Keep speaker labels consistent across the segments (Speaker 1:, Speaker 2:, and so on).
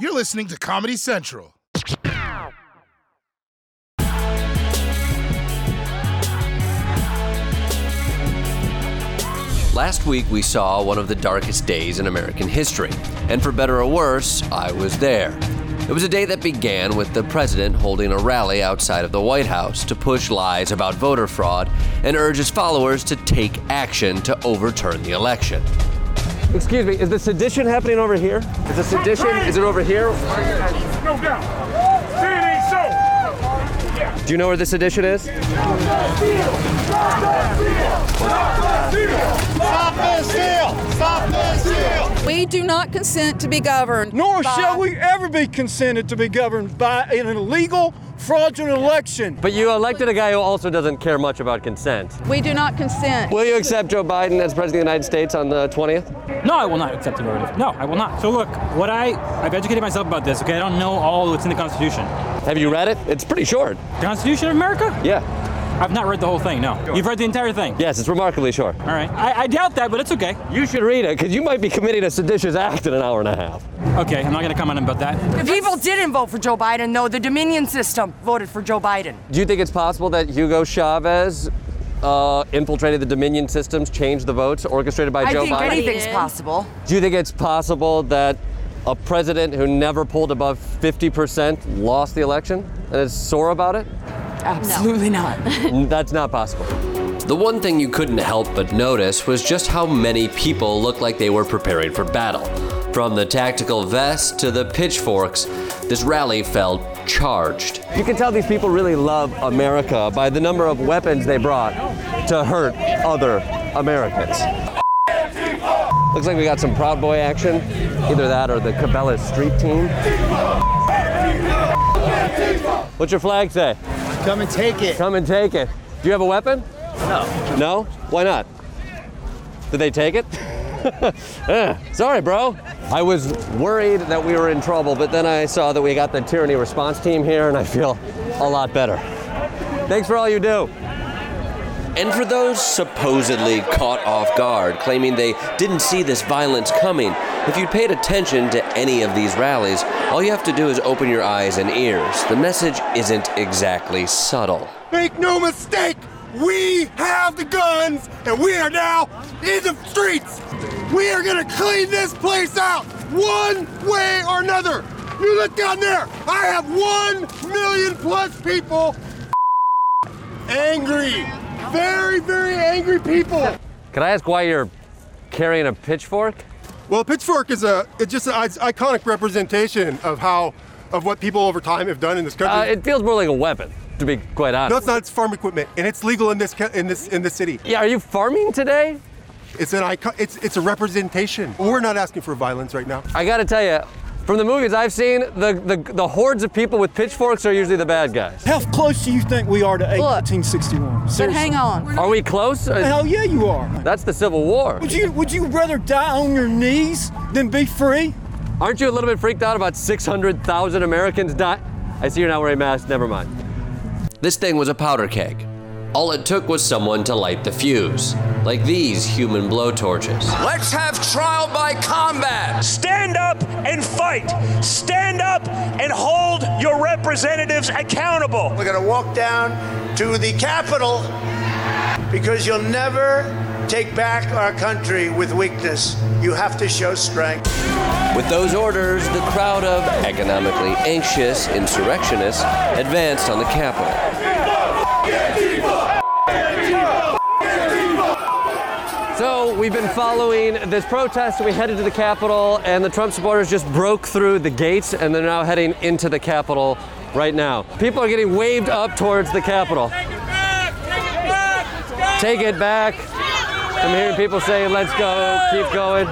Speaker 1: You're listening to Comedy Central.
Speaker 2: Last week, we saw one of the darkest days in American history. And for better or worse, I was there. It was a day that began with the president holding a rally outside of the White House to push lies about voter fraud and urge his followers to take action to overturn the election.
Speaker 3: Excuse me, is the sedition happening over here? Is the sedition, is it over here?
Speaker 4: No doubt. Say it ain't so.
Speaker 3: Do you know where the sedition is?
Speaker 5: Stop this deal! Stop this deal!
Speaker 6: We do not consent to be governed.
Speaker 7: Nor
Speaker 6: by-
Speaker 7: shall we ever be consented to be governed by an illegal, fraudulent election.
Speaker 3: But you elected a guy who also doesn't care much about consent.
Speaker 6: We do not consent.
Speaker 3: Will you accept Joe Biden as president of the United States on the 20th?
Speaker 8: No, I will not accept the narrative. No, I will not. So look, what I I've educated myself about this. Okay, I don't know all that's in the Constitution.
Speaker 3: Have you read it? It's pretty short.
Speaker 8: The Constitution of America?
Speaker 3: Yeah.
Speaker 8: I've not read the whole thing. No, you've read the entire thing.
Speaker 3: Yes, it's remarkably short.
Speaker 8: All right. I, I doubt that, but it's okay.
Speaker 3: You should read it, because you might be committing a seditious act in an hour and a half.
Speaker 8: Okay, I'm not gonna comment about that.
Speaker 9: The people didn't vote for Joe Biden, though. The Dominion system voted for Joe Biden.
Speaker 3: Do you think it's possible that Hugo Chavez uh, infiltrated the Dominion systems, changed the votes, orchestrated by
Speaker 9: I
Speaker 3: Joe
Speaker 9: think
Speaker 3: Biden?
Speaker 9: anything's possible.
Speaker 3: Do you think it's possible that a president who never pulled above 50% lost the election and is sore about it?
Speaker 9: Absolutely not.
Speaker 3: That's not possible.
Speaker 2: The one thing you couldn't help but notice was just how many people looked like they were preparing for battle. From the tactical vest to the pitchforks, this rally felt charged.
Speaker 3: You can tell these people really love America by the number of weapons they brought to hurt other Americans. Looks like we got some Proud Boy action, either that or the Cabela's street team. What's your flag say?
Speaker 5: Come and take it.
Speaker 3: Come and take it. Do you have a weapon? No. No? Why not? Did they take it? Eh, Sorry, bro. I was worried that we were in trouble, but then I saw that we got the tyranny response team here, and I feel a lot better. Thanks for all you do.
Speaker 2: And for those supposedly caught off guard, claiming they didn't see this violence coming, if you paid attention to any of these rallies, all you have to do is open your eyes and ears. The message isn't exactly subtle.
Speaker 5: Make no mistake, we have the guns and we are now in the streets. We are gonna clean this place out one way or another. You look down there, I have one million plus people angry. Very, very angry people.
Speaker 3: Can I ask why you're carrying a pitchfork?
Speaker 5: Well, pitchfork is a it's just an iconic representation of how of what people over time have done in this country.
Speaker 3: Uh, it feels more like a weapon, to be quite honest.
Speaker 5: No, it's not. It's farm equipment, and it's legal in this ca- in this in this city.
Speaker 3: yeah, are you farming today?
Speaker 5: It's an icon. It's it's a representation. We're not asking for violence right now.
Speaker 3: I gotta tell you, from the movies I've seen, the, the, the hordes of people with pitchforks are usually the bad guys.
Speaker 7: How close do you think we are to
Speaker 6: Look.
Speaker 7: 1861?
Speaker 6: But
Speaker 7: Seriously.
Speaker 6: hang on.
Speaker 3: Are we close?
Speaker 7: Hell yeah, you are.
Speaker 3: That's the Civil War.
Speaker 7: Would you would you rather die on your knees than be free?
Speaker 3: Aren't you a little bit freaked out about 600,000 Americans die? I see you're not wearing masks. Never mind.
Speaker 2: This thing was a powder keg. All it took was someone to light the fuse, like these human blowtorches. Let's have trial by combat!
Speaker 10: Stand up and fight. Stand up and hold your representatives accountable.
Speaker 11: We're going to walk down to the Capitol because you'll never take back our country with weakness. You have to show strength.
Speaker 2: With those orders, the crowd of economically anxious insurrectionists advanced on the Capitol.
Speaker 3: So, we've been following this protest. We headed to the Capitol, and the Trump supporters just broke through the gates, and they're now heading into the Capitol right now. People are getting waved up towards the Capitol. Take it back. I'm hearing people say, let's go, keep going.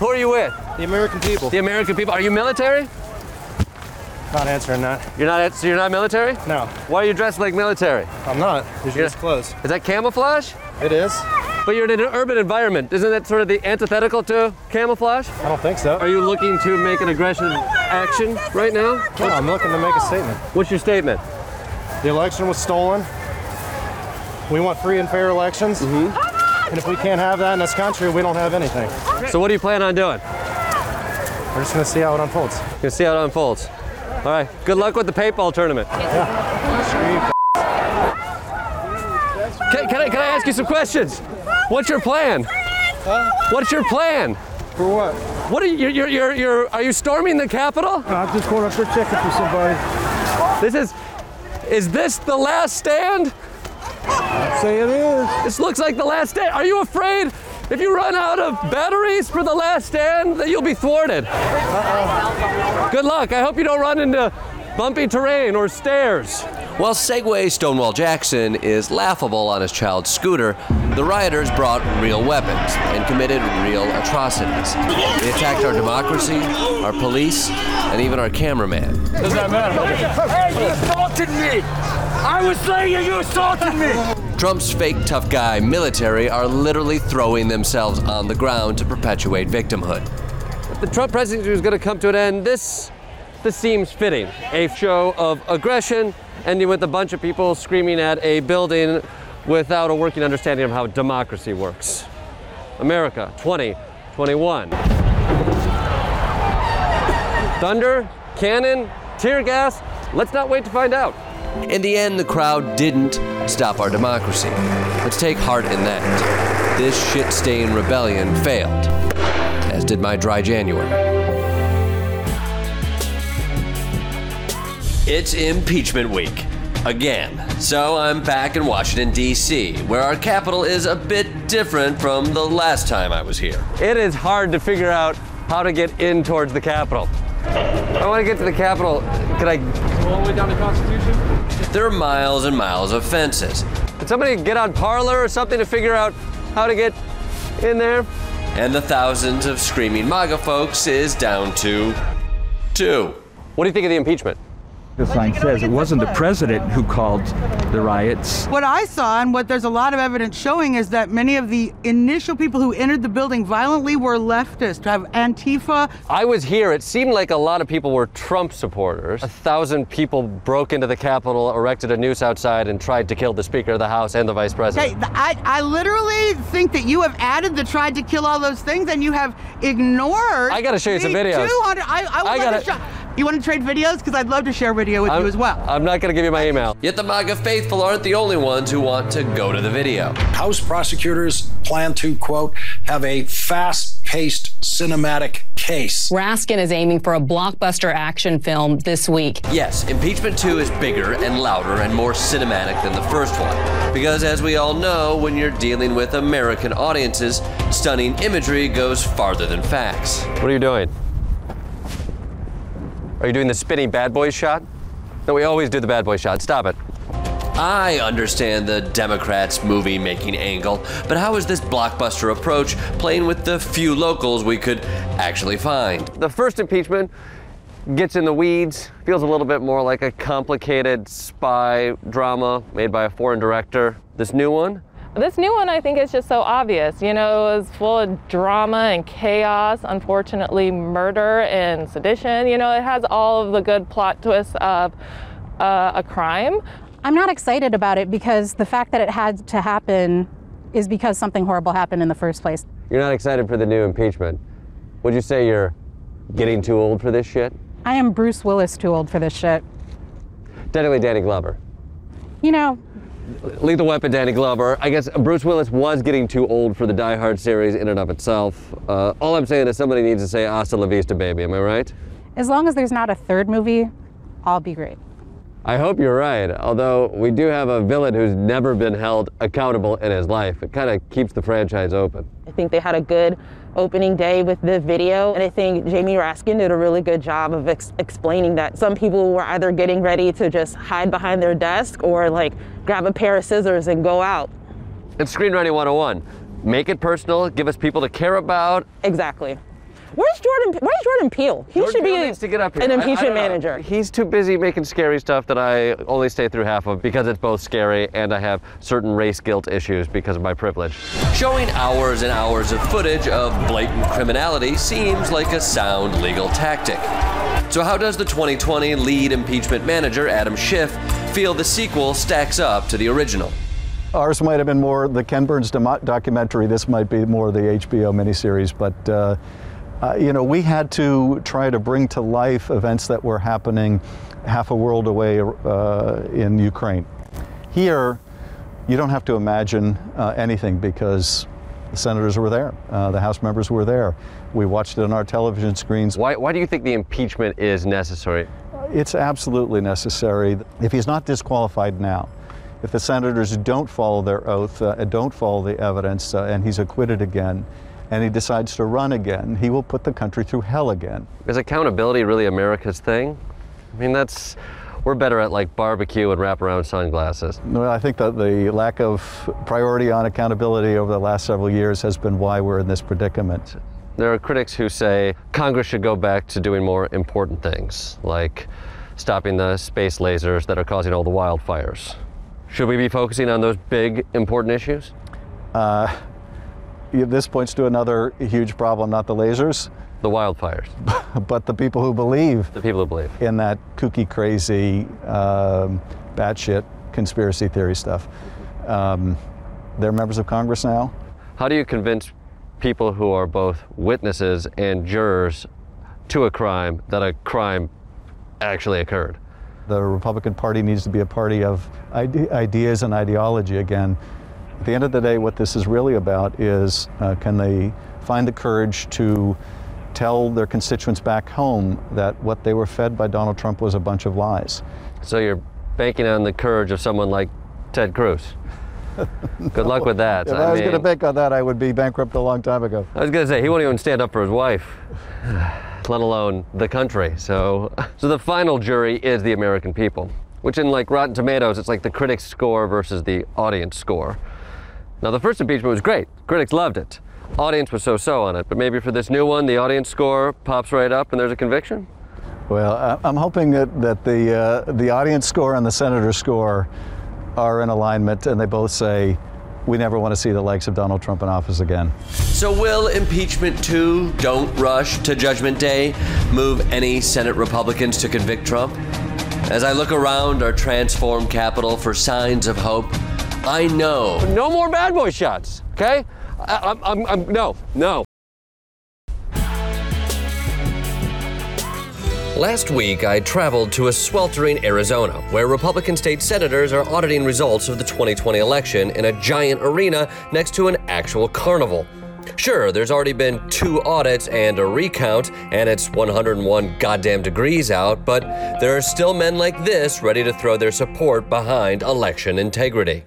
Speaker 3: Who are you with?
Speaker 7: The American people.
Speaker 3: The American people. Are you military?
Speaker 7: Not answering that.
Speaker 3: You're not, so you're not military?
Speaker 7: No,
Speaker 3: Why are you dressed like military?
Speaker 7: I'm not. It's
Speaker 3: just
Speaker 7: close.
Speaker 3: Is that camouflage?
Speaker 7: It is.
Speaker 3: But you're in an urban environment. Isn't that sort of the antithetical to camouflage?
Speaker 7: I don't think so.
Speaker 3: Are you looking to make an aggressive action right now?
Speaker 7: I'm looking to make a statement.
Speaker 3: What's your statement?
Speaker 7: The election was stolen. We want free and fair elections.
Speaker 12: Mm-hmm.
Speaker 7: And if we can't have that in this country, we don't have anything.
Speaker 3: So what do you plan on doing?
Speaker 13: We're just gonna see how it unfolds.
Speaker 3: Gonna see how it unfolds. All right. Good luck with the paintball tournament. Can, can I, can I ask you some questions? What's your plan? What's your plan? For what? What are you? You're, you're, you're, are you storming the Capitol? I'm just going up there checking for somebody. This is. Is this the last stand? I'd say it is. This looks like the last stand. Are you afraid if you run out of batteries for the last stand that you'll be thwarted? Good luck. I hope you don't run into bumpy terrain or stairs.
Speaker 14: While Segway Stonewall Jackson is laughable on his child's scooter, the rioters brought real weapons and committed real atrocities. They attacked our democracy, our police, and even our cameraman.
Speaker 8: Does that matter? Hey, you assaulted me! I was saying you assaulted me!
Speaker 14: Trump's fake tough guy military are literally throwing themselves on the ground to perpetuate victimhood.
Speaker 3: If the Trump presidency was going to come to an end, this this seems fitting. A show of aggression ending with a bunch of people screaming at a building without a working understanding of how democracy works. America 2021. Thunder, cannon, tear gas. Let's not wait to find out.
Speaker 14: In the end, the crowd didn't stop our democracy. Let's take heart in that. This shit stained rebellion failed, as did my dry January. It's impeachment week again. So I'm back in Washington, D.C., where our capital is a bit different from the last time I was here.
Speaker 3: It is hard to figure out how to get in towards the Capitol. I want to get to the Capitol. Can I?
Speaker 15: All the way down to Constitution?
Speaker 14: There are miles and miles of fences.
Speaker 3: Could somebody get on Parlor or something to figure out how to get in there?
Speaker 14: And the thousands of screaming MAGA folks is down to two.
Speaker 3: What do you think of the impeachment?
Speaker 6: The sign says it wasn't the president who called the riots.
Speaker 16: What I saw and what there's a lot of evidence showing is that many of the initial people who entered the building violently were leftists, have Antifa.
Speaker 3: I was here. It seemed like a lot of people were Trump supporters. A thousand people broke into the Capitol, erected a noose outside, and tried to kill the Speaker of the House and the Vice President.
Speaker 16: Okay, th- I, I literally think that you have added the tried to kill all those things and you have ignored.
Speaker 3: I gotta show you
Speaker 16: the
Speaker 3: some videos.
Speaker 16: 200 I, I, would
Speaker 3: I
Speaker 16: love to
Speaker 3: gotta-
Speaker 16: show- you want to trade videos? Because I'd love to share video with you as well.
Speaker 3: I'm not going to give you my email.
Speaker 14: Yet the MAGA faithful aren't the only ones who want to go to the video.
Speaker 4: House prosecutors plan to, quote, have a fast paced cinematic case.
Speaker 17: Raskin is aiming for a blockbuster action film this week.
Speaker 14: Yes, Impeachment 2 is bigger and louder and more cinematic than the first one. Because, as we all know, when you're dealing with American audiences, stunning imagery goes farther than facts.
Speaker 3: What are you doing? Are you doing the spinny bad boy shot? No, we always do the bad boy shot. Stop it.
Speaker 14: I understand the Democrats' movie making angle, but how is this blockbuster approach playing with the few locals we could actually find?
Speaker 3: The first impeachment gets in the weeds, feels a little bit more like a complicated spy drama made by a foreign director. This new one,
Speaker 18: This new one, I think, is just so obvious. You know, it was full of drama and chaos, unfortunately, murder and sedition. You know, it has all of the good plot twists of uh, a crime.
Speaker 19: I'm not excited about it because the fact that it had to happen is because something horrible happened in the first place.
Speaker 3: you're not excited for the new impeachment. Would you say you're getting too old for this shit?
Speaker 19: I am Bruce Willis too old for this shit.
Speaker 3: Technically, Danny Glover.
Speaker 19: You know,
Speaker 3: Lethal Weapon, Danny Glover. I guess Bruce Willis was getting too old for the Die Hard series in and of itself. Uh, all I'm saying is somebody needs to say "Hasta la vista, baby." Am I right?
Speaker 19: as long as there's not a third movie, I'll be great.
Speaker 3: I hope you're right, although we do have a villain who's never been held accountable in his life. It kind of keeps the franchise open.
Speaker 20: I think they had a good opening day with the video, and I think Jamie Raskin did a really good job of ex- explaining that some people were either getting ready to just hide behind their desk or like grab a pair of scissors and go out.
Speaker 3: It's Screenwriting 101. Make it personal, give us people to care about.
Speaker 20: Exactly. Where's Jordan? Where's Jordan Peele? He should be an
Speaker 3: I- I
Speaker 20: impeachment
Speaker 3: don't know.
Speaker 20: manager.
Speaker 3: He's too busy making scary stuff that I only stay through half of because it's both scary and I have certain race guilt issues because of my privilege.
Speaker 14: Showing hours and hours of footage of blatant criminality seems like a sound legal tactic. So, how does the 2020 lead impeachment manager, Adam Schiff, feel the sequel stacks up to the original?
Speaker 21: Ours might have been more the Ken Burns domo- documentary. This might be more the HBO miniseries, but uh, uh, you know, we had to try to bring to life events that were happening half a world away uh, in Ukraine. Here, you don't have to imagine uh, anything because the senators were there, uh, the House members were there. We watched it on our television screens.
Speaker 8: Why, why do you think the impeachment is necessary?
Speaker 21: It's absolutely necessary. If he's not disqualified now, if the senators don't follow their oath, uh, and don't follow the evidence, uh, and he's acquitted again, and he decides to run again, he will put the country through hell again.
Speaker 8: Is accountability really America's thing? I mean, that's we're better at like barbecue and wraparound sunglasses.
Speaker 21: Well, I think that the lack of priority on accountability over the last several years has been why we're in this predicament.
Speaker 8: There are critics who say Congress should go back to doing more important things, like stopping the space lasers that are causing all the wildfires. Should we be focusing on those big, important issues?
Speaker 21: Uh, this points to another huge problem, not the lasers.
Speaker 8: The wildfires.
Speaker 21: but the people who believe.
Speaker 8: The people who believe.
Speaker 21: In that kooky, crazy, um, batshit conspiracy theory stuff. Um, they're members of Congress now.
Speaker 8: How do you convince people who are both witnesses and jurors to a crime that a crime actually occurred?
Speaker 21: The Republican Party needs to be a party of ide- ideas and ideology again. At the end of the day, what this is really about is uh, can they find the courage to tell their constituents back home that what they were fed by Donald Trump was a bunch of lies.
Speaker 8: So you're banking on the courage of someone like Ted Cruz. Good luck with that.
Speaker 21: If I, was going to bank on that, I would be bankrupt a long time ago.
Speaker 8: I was going to say he won't even stand up for his wife, let alone the country. So, so the final jury is the American people, which in like Rotten Tomatoes, it's like the critics' score versus the audience score. Now the first impeachment was great; critics loved it audience was so-so on it, but maybe for this new one, the audience score pops right up and there's a conviction?
Speaker 21: Well, I'm hoping that, that the, uh, the audience score and the senator score are in alignment and they both say, we never want to see the likes of Donald Trump in office again.
Speaker 3: So, will impeachment 2, don't rush to Judgment Day, move any Senate Republicans to convict Trump? As I look around our transformed capital for signs of hope, I know.
Speaker 8: No more bad boy shots, okay? I, am I'm, no, no.
Speaker 3: Last week, I traveled to a sweltering Arizona where Republican state senators are auditing results of the 2020 election in a giant arena next to an actual carnival. Sure, there's already been two audits and a recount, and it's 101 goddamn degrees out, but there are still men like this ready to throw their support behind election integrity.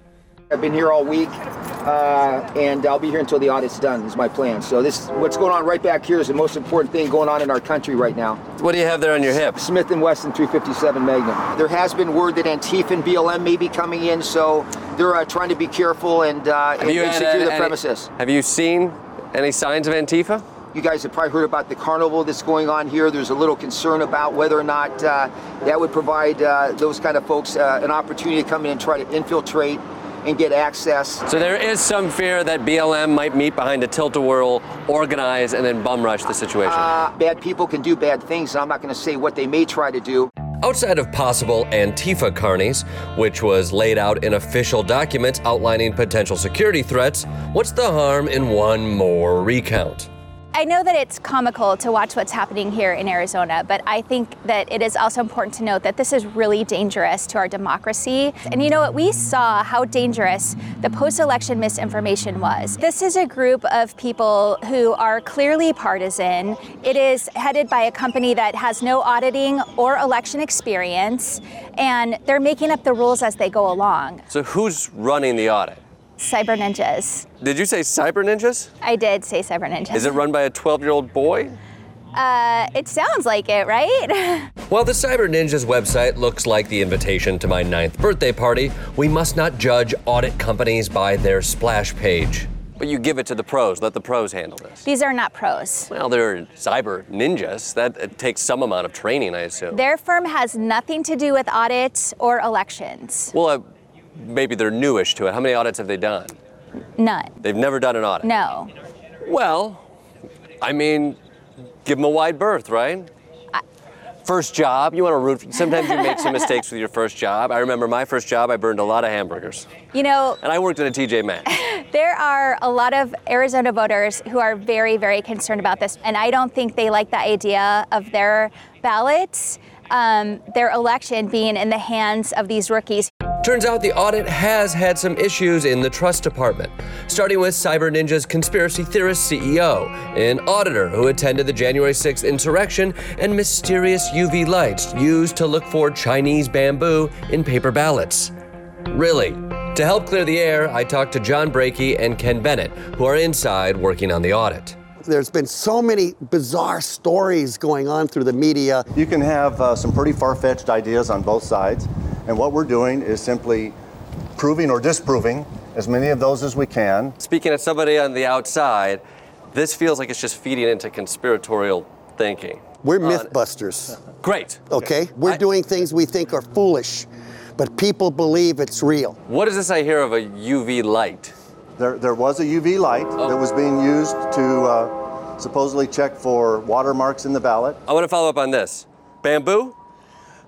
Speaker 22: I've been here all week, uh, and I'll be here until the audit's done. Is my plan. So this, what's going on right back here, is the most important thing going on in our country right now.
Speaker 3: What do you have there on your hip?
Speaker 22: Smith and Wesson 357 Magnum. There has been word that Antifa and BLM may be coming in, so they're uh, trying to be careful and, uh, and, and secure the
Speaker 8: any,
Speaker 22: premises.
Speaker 8: Have you seen any signs of Antifa?
Speaker 22: You guys have probably heard about the carnival that's going on here. There's a little concern about whether or not uh, that would provide uh, those kind of folks uh, an opportunity to come in and try to infiltrate and get access.
Speaker 8: So there is some fear that BLM might meet behind a tilt-a-whirl, organize, and then bum rush the situation.
Speaker 22: Uh, bad people can do bad things, and I'm not going to say what they may try to do.
Speaker 3: Outside of possible Antifa carnies, which was laid out in official documents outlining potential security threats, what's the harm in one more recount?
Speaker 23: I know that it's comical to watch what's happening here in Arizona, but I think that it is also important to note that this is really dangerous to our democracy. And you know what? We saw how dangerous the post election misinformation was. This is a group of people who are clearly partisan. It is headed by a company that has no auditing or election experience, and they're making up the rules as they go along.
Speaker 8: So, who's running the audit?
Speaker 23: Cyber Ninjas.
Speaker 8: Did you say Cyber Ninjas?
Speaker 23: I did say Cyber Ninjas.
Speaker 8: Is it run by a 12 year old boy?
Speaker 23: Uh, it sounds like it, right?
Speaker 3: While the Cyber Ninjas website looks like the invitation to my ninth birthday party, we must not judge audit companies by their splash page.
Speaker 8: But you give it to the pros. Let the pros handle this.
Speaker 23: These are not pros.
Speaker 8: Well, they're cyber ninjas. That takes some amount of training, I assume.
Speaker 23: Their firm has nothing to do with audits or elections.
Speaker 8: Well, uh, maybe they're newish to it. How many audits have they done?
Speaker 23: None.
Speaker 8: They've never done an audit?
Speaker 23: No.
Speaker 8: Well, I mean, give them a wide berth, right? I... First job, you want to root. Sometimes you make some mistakes with your first job. I remember my first job, I burned a lot of hamburgers.
Speaker 23: You know.
Speaker 8: And I worked at a TJ Maxx.
Speaker 23: There are a lot of Arizona voters who are very, very concerned about this, and I don't think they like the idea of their ballots, um, their election being in the hands of these rookies.
Speaker 3: Turns out the audit has had some issues in the trust department, starting with Cyber Ninja's conspiracy theorist CEO, an auditor who attended the January 6th insurrection, and mysterious UV lights used to look for Chinese bamboo in paper ballots. Really? To help clear the air, I talked to John Brakey and Ken Bennett, who are inside working on the audit.
Speaker 11: There's been so many bizarre stories going on through the media.
Speaker 24: You can have uh, some pretty far fetched ideas on both sides, and what we're doing is simply proving or disproving as many of those as we can.
Speaker 3: Speaking as somebody on the outside, this feels like it's just feeding into conspiratorial thinking.
Speaker 11: We're mythbusters.
Speaker 3: Great.
Speaker 11: Okay? We're doing things we think are foolish, but people believe it's real.
Speaker 3: What is this I hear of a UV light?
Speaker 24: There, there was a UV light that was being used to uh, supposedly check for watermarks in the ballot.
Speaker 3: I want to follow up on this. Bamboo?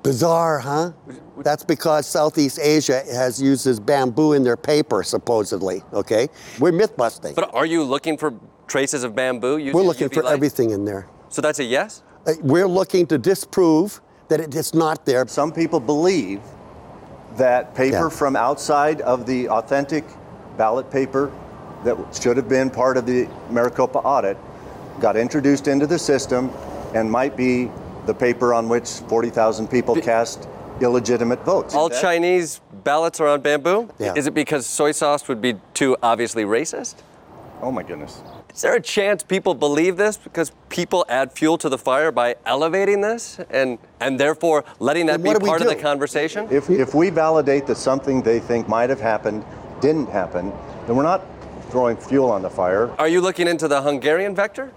Speaker 11: Bizarre, huh? That's because Southeast Asia has uses bamboo in their paper, supposedly. Okay, we're myth busting.
Speaker 3: But are you looking for traces of bamboo? using
Speaker 11: We're looking
Speaker 3: UV
Speaker 11: for
Speaker 3: light?
Speaker 11: everything in there.
Speaker 3: So that's a yes?
Speaker 11: Uh, We're looking to disprove that it is not there.
Speaker 24: Some people believe that paper
Speaker 11: Yeah.
Speaker 24: from outside of the authentic ballot paper that should have been part of the Maricopa audit got introduced into the system and might be the paper on which 40,000 people cast illegitimate votes.
Speaker 3: All Chinese ballots are on bamboo?
Speaker 24: Yeah.
Speaker 3: Is it because soy sauce would be too obviously racist?
Speaker 24: Oh my goodness.
Speaker 3: Is there a chance people believe this because people add fuel to the fire by elevating this and and therefore letting that be part of the conversation?
Speaker 24: If, if we validate that something they think might have happened didn't happen, then we're not throwing fuel on the fire.
Speaker 3: Are you looking into the Hungarian vector?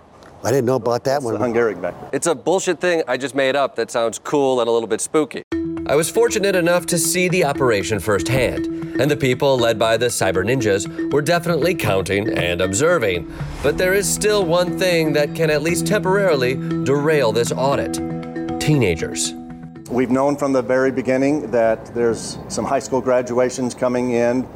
Speaker 11: I didn't know about that
Speaker 24: one. The Hungarian vector.
Speaker 3: It's a bullshit thing I just made up that sounds cool and a little bit spooky. I was fortunate enough to see the operation firsthand, and the people led by the cyber ninjas were definitely counting and observing. But there is still one thing that can at least temporarily derail this audit teenagers.
Speaker 24: We've known from the very beginning that there's some high school graduations coming in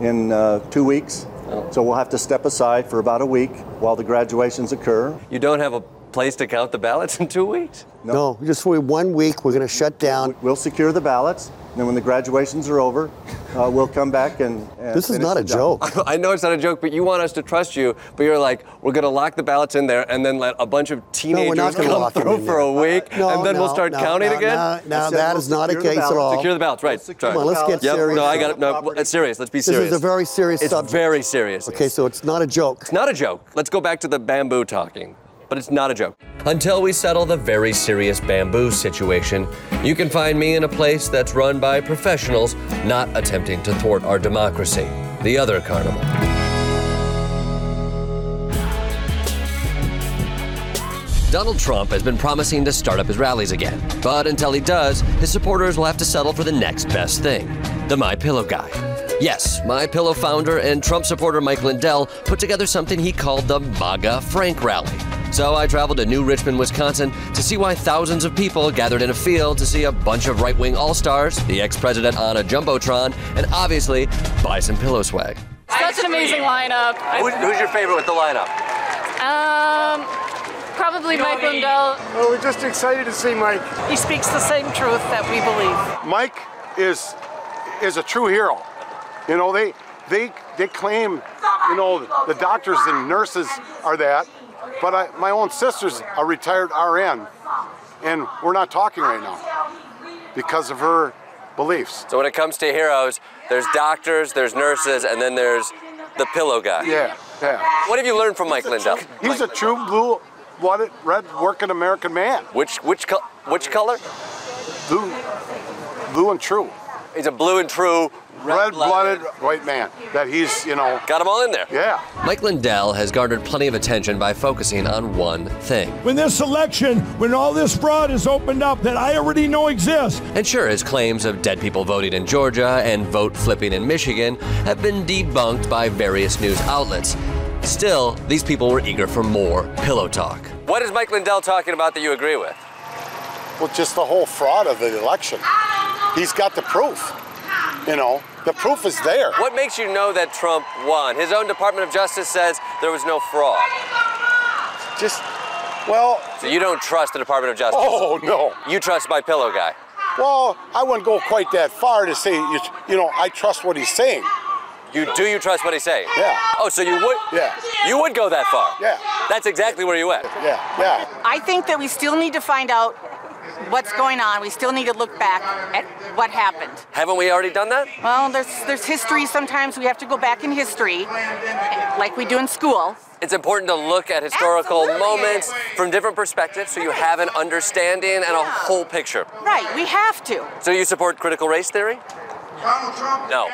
Speaker 24: in uh, two weeks. So we'll have to step aside for about a week while the graduations occur.
Speaker 3: You don't have a place to count the ballots in two weeks?
Speaker 11: No, just for one week, we're going to shut down.
Speaker 24: We'll secure the ballots, and then when the graduations are over, uh, we'll come back and. and finish the job.
Speaker 3: I know it's not a joke, but you want us to trust you, but you're like, we're going to lock the ballots in there and then let a bunch of teenagers
Speaker 11: not gonna
Speaker 3: come
Speaker 11: lock 'em
Speaker 3: through
Speaker 11: in
Speaker 3: for a week
Speaker 11: no,
Speaker 3: and then we'll
Speaker 11: Oh, no,
Speaker 3: start
Speaker 11: no,
Speaker 3: counting
Speaker 11: no,
Speaker 3: again?
Speaker 11: no, no, I said that we'll is not a secure the case at ballots. all.
Speaker 3: Secure the ballots, right.
Speaker 11: Come on, let's get
Speaker 3: Yep,
Speaker 11: serious.
Speaker 3: No, I got it. No, it's serious. Let's be
Speaker 11: This is
Speaker 3: serious.
Speaker 11: a very serious
Speaker 3: it's
Speaker 11: subject.
Speaker 3: very serious.
Speaker 11: Okay, so it's not a joke.
Speaker 3: It's not a joke. Let's go back to the bamboo talking. But it's not a joke. Until we settle the very serious bamboo situation, you can find me in a place that's run by professionals not attempting to thwart our democracy, the other carnival. Donald Trump has been promising to start up his rallies again, but until he does, his supporters will have to settle for the next best thing: the My Pillow guy. Yes, My Pillow founder and Trump supporter Mike Lindell put together something he called the MAGA Frank Rally. So I traveled to New Richmond, Wisconsin to see why thousands of people gathered in a field to see a bunch of right wing all stars, the ex president on a Jumbotron, and obviously buy some pillow swag.
Speaker 25: Such an amazing lineup.
Speaker 3: Who's, who's your favorite with the lineup?
Speaker 25: Um, probably Mike Lindell.
Speaker 26: Well, we're just excited to see Mike.
Speaker 25: He speaks the same truth that we believe.
Speaker 26: Mike is is a true hero. You know, they they they claim, you know, the doctors and nurses are that, but I, my own sister's a retired RN, and we're not talking right now because of her beliefs.
Speaker 3: So when it comes to heroes, there's doctors, there's nurses, and then there's the pillow guy.
Speaker 26: Yeah, yeah.
Speaker 3: What have you learned from Mike Lindell?
Speaker 26: He's a true blue-blooded, red-working American man.
Speaker 3: Which which co- which color?
Speaker 26: Blue, blue and true.
Speaker 3: He's a blue and true
Speaker 26: red-blooded white man. That he's you know
Speaker 3: got him all in there.
Speaker 26: Yeah.
Speaker 3: Mike Lindell has garnered plenty of attention by focusing on one thing.
Speaker 4: When this election, when all this fraud is opened up that I already know exists,
Speaker 3: And sure, his claims of dead people voting in Georgia and vote flipping in Michigan have been debunked by various news outlets. Still, these people were eager for more pillow talk. What is Mike Lindell talking about that you agree with?
Speaker 26: Well, just the whole fraud of the election. He's got the proof. You know, the proof is there.
Speaker 3: What makes you know that Trump won? His own Department of Justice says there was no fraud.
Speaker 26: Just, well.
Speaker 3: So you don't trust the Department of Justice?
Speaker 26: Oh, no.
Speaker 3: You trust my pillow guy.
Speaker 26: Well, I wouldn't go quite that far to say, you, you know, I trust what he's saying.
Speaker 3: You do you trust what he's saying?
Speaker 26: Yeah.
Speaker 3: Oh, so you would?
Speaker 26: Yeah.
Speaker 3: You would go that far?
Speaker 26: Yeah.
Speaker 3: That's exactly where you went.
Speaker 26: Yeah, yeah.
Speaker 27: I think that we still need to find out what's going on. We still need to look back at what happened.
Speaker 3: Haven't we already done that?
Speaker 27: Well, there's there's history. Sometimes we have to go back in history, like we do in school.
Speaker 3: It's important to look at historical moments from different perspectives so you have an understanding and a whole picture.
Speaker 27: Right, we have to.
Speaker 3: So you support critical race theory? No.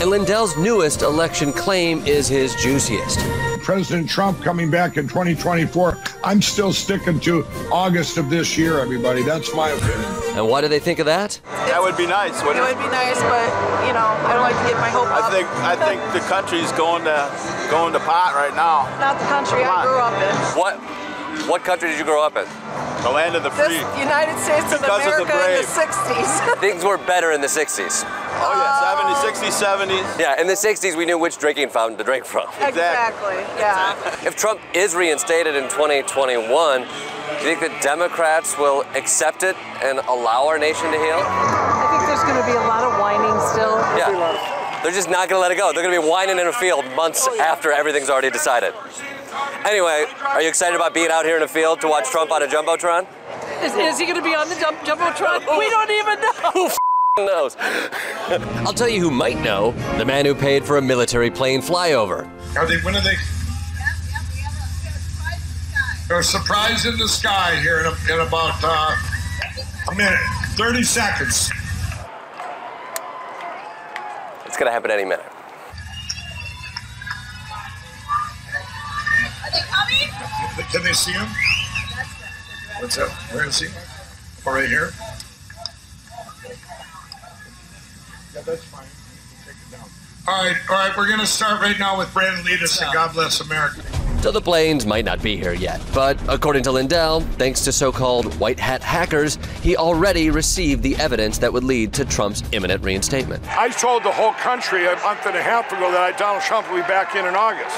Speaker 3: And Lindell's newest election claim is his juiciest.
Speaker 4: President Trump coming back in 2024. I'm still sticking to August of this year, everybody. That's my opinion.
Speaker 3: And what do they think of that?
Speaker 28: That would be nice,
Speaker 27: It
Speaker 28: wouldn't it?
Speaker 27: would be nice, but you know, I don't like to get my hope
Speaker 28: I
Speaker 27: up.
Speaker 28: think I think the country's going to going to pot right now.
Speaker 27: Not the country I grew up in.
Speaker 3: What what country did you grow up in?
Speaker 28: The land of the
Speaker 27: This
Speaker 28: free.
Speaker 27: United States of
Speaker 28: Because of the
Speaker 27: America in
Speaker 28: brave.
Speaker 27: the 60s.
Speaker 3: Things were better in the 60s.
Speaker 28: Oh
Speaker 27: Uh,
Speaker 28: yeah, 70s, 60s, 70s.
Speaker 3: Yeah, in the 60s we knew which drinking fountain to drink from.
Speaker 27: Exactly. Yeah.
Speaker 3: If Trump is reinstated in 2021, do you think the Democrats will accept it and allow our nation to heal?
Speaker 27: I think there's going to be a lot of whining still.
Speaker 3: Yeah. They're just not going to let it go. They're going to be whining in a field months after everything's already decided. Anyway, are you excited about being out here in a field to watch Trump on a jumbotron?
Speaker 27: Is, is he going to be on the jump, jumbotron? We don't even know.
Speaker 3: Who knows? I'll tell you who might know: the man who paid for a military plane flyover.
Speaker 4: Are they? When are they? There's a surprise in the sky here in, a, in about uh, a minute, 30 seconds.
Speaker 3: It's going to happen any minute.
Speaker 4: Can they see him? What's up? Where is he? Oh, right here. Yeah, that's fine. Take it down. All right, all right. We're gonna start right now with Brandon Leadus and God Bless America.
Speaker 3: So the planes might not be here yet, but according to Lindell, thanks to so called white hat hackers, he already received the evidence that would lead to Trump's imminent reinstatement.
Speaker 4: I told the whole country a month and a half ago that I, Donald Trump will be back in in August.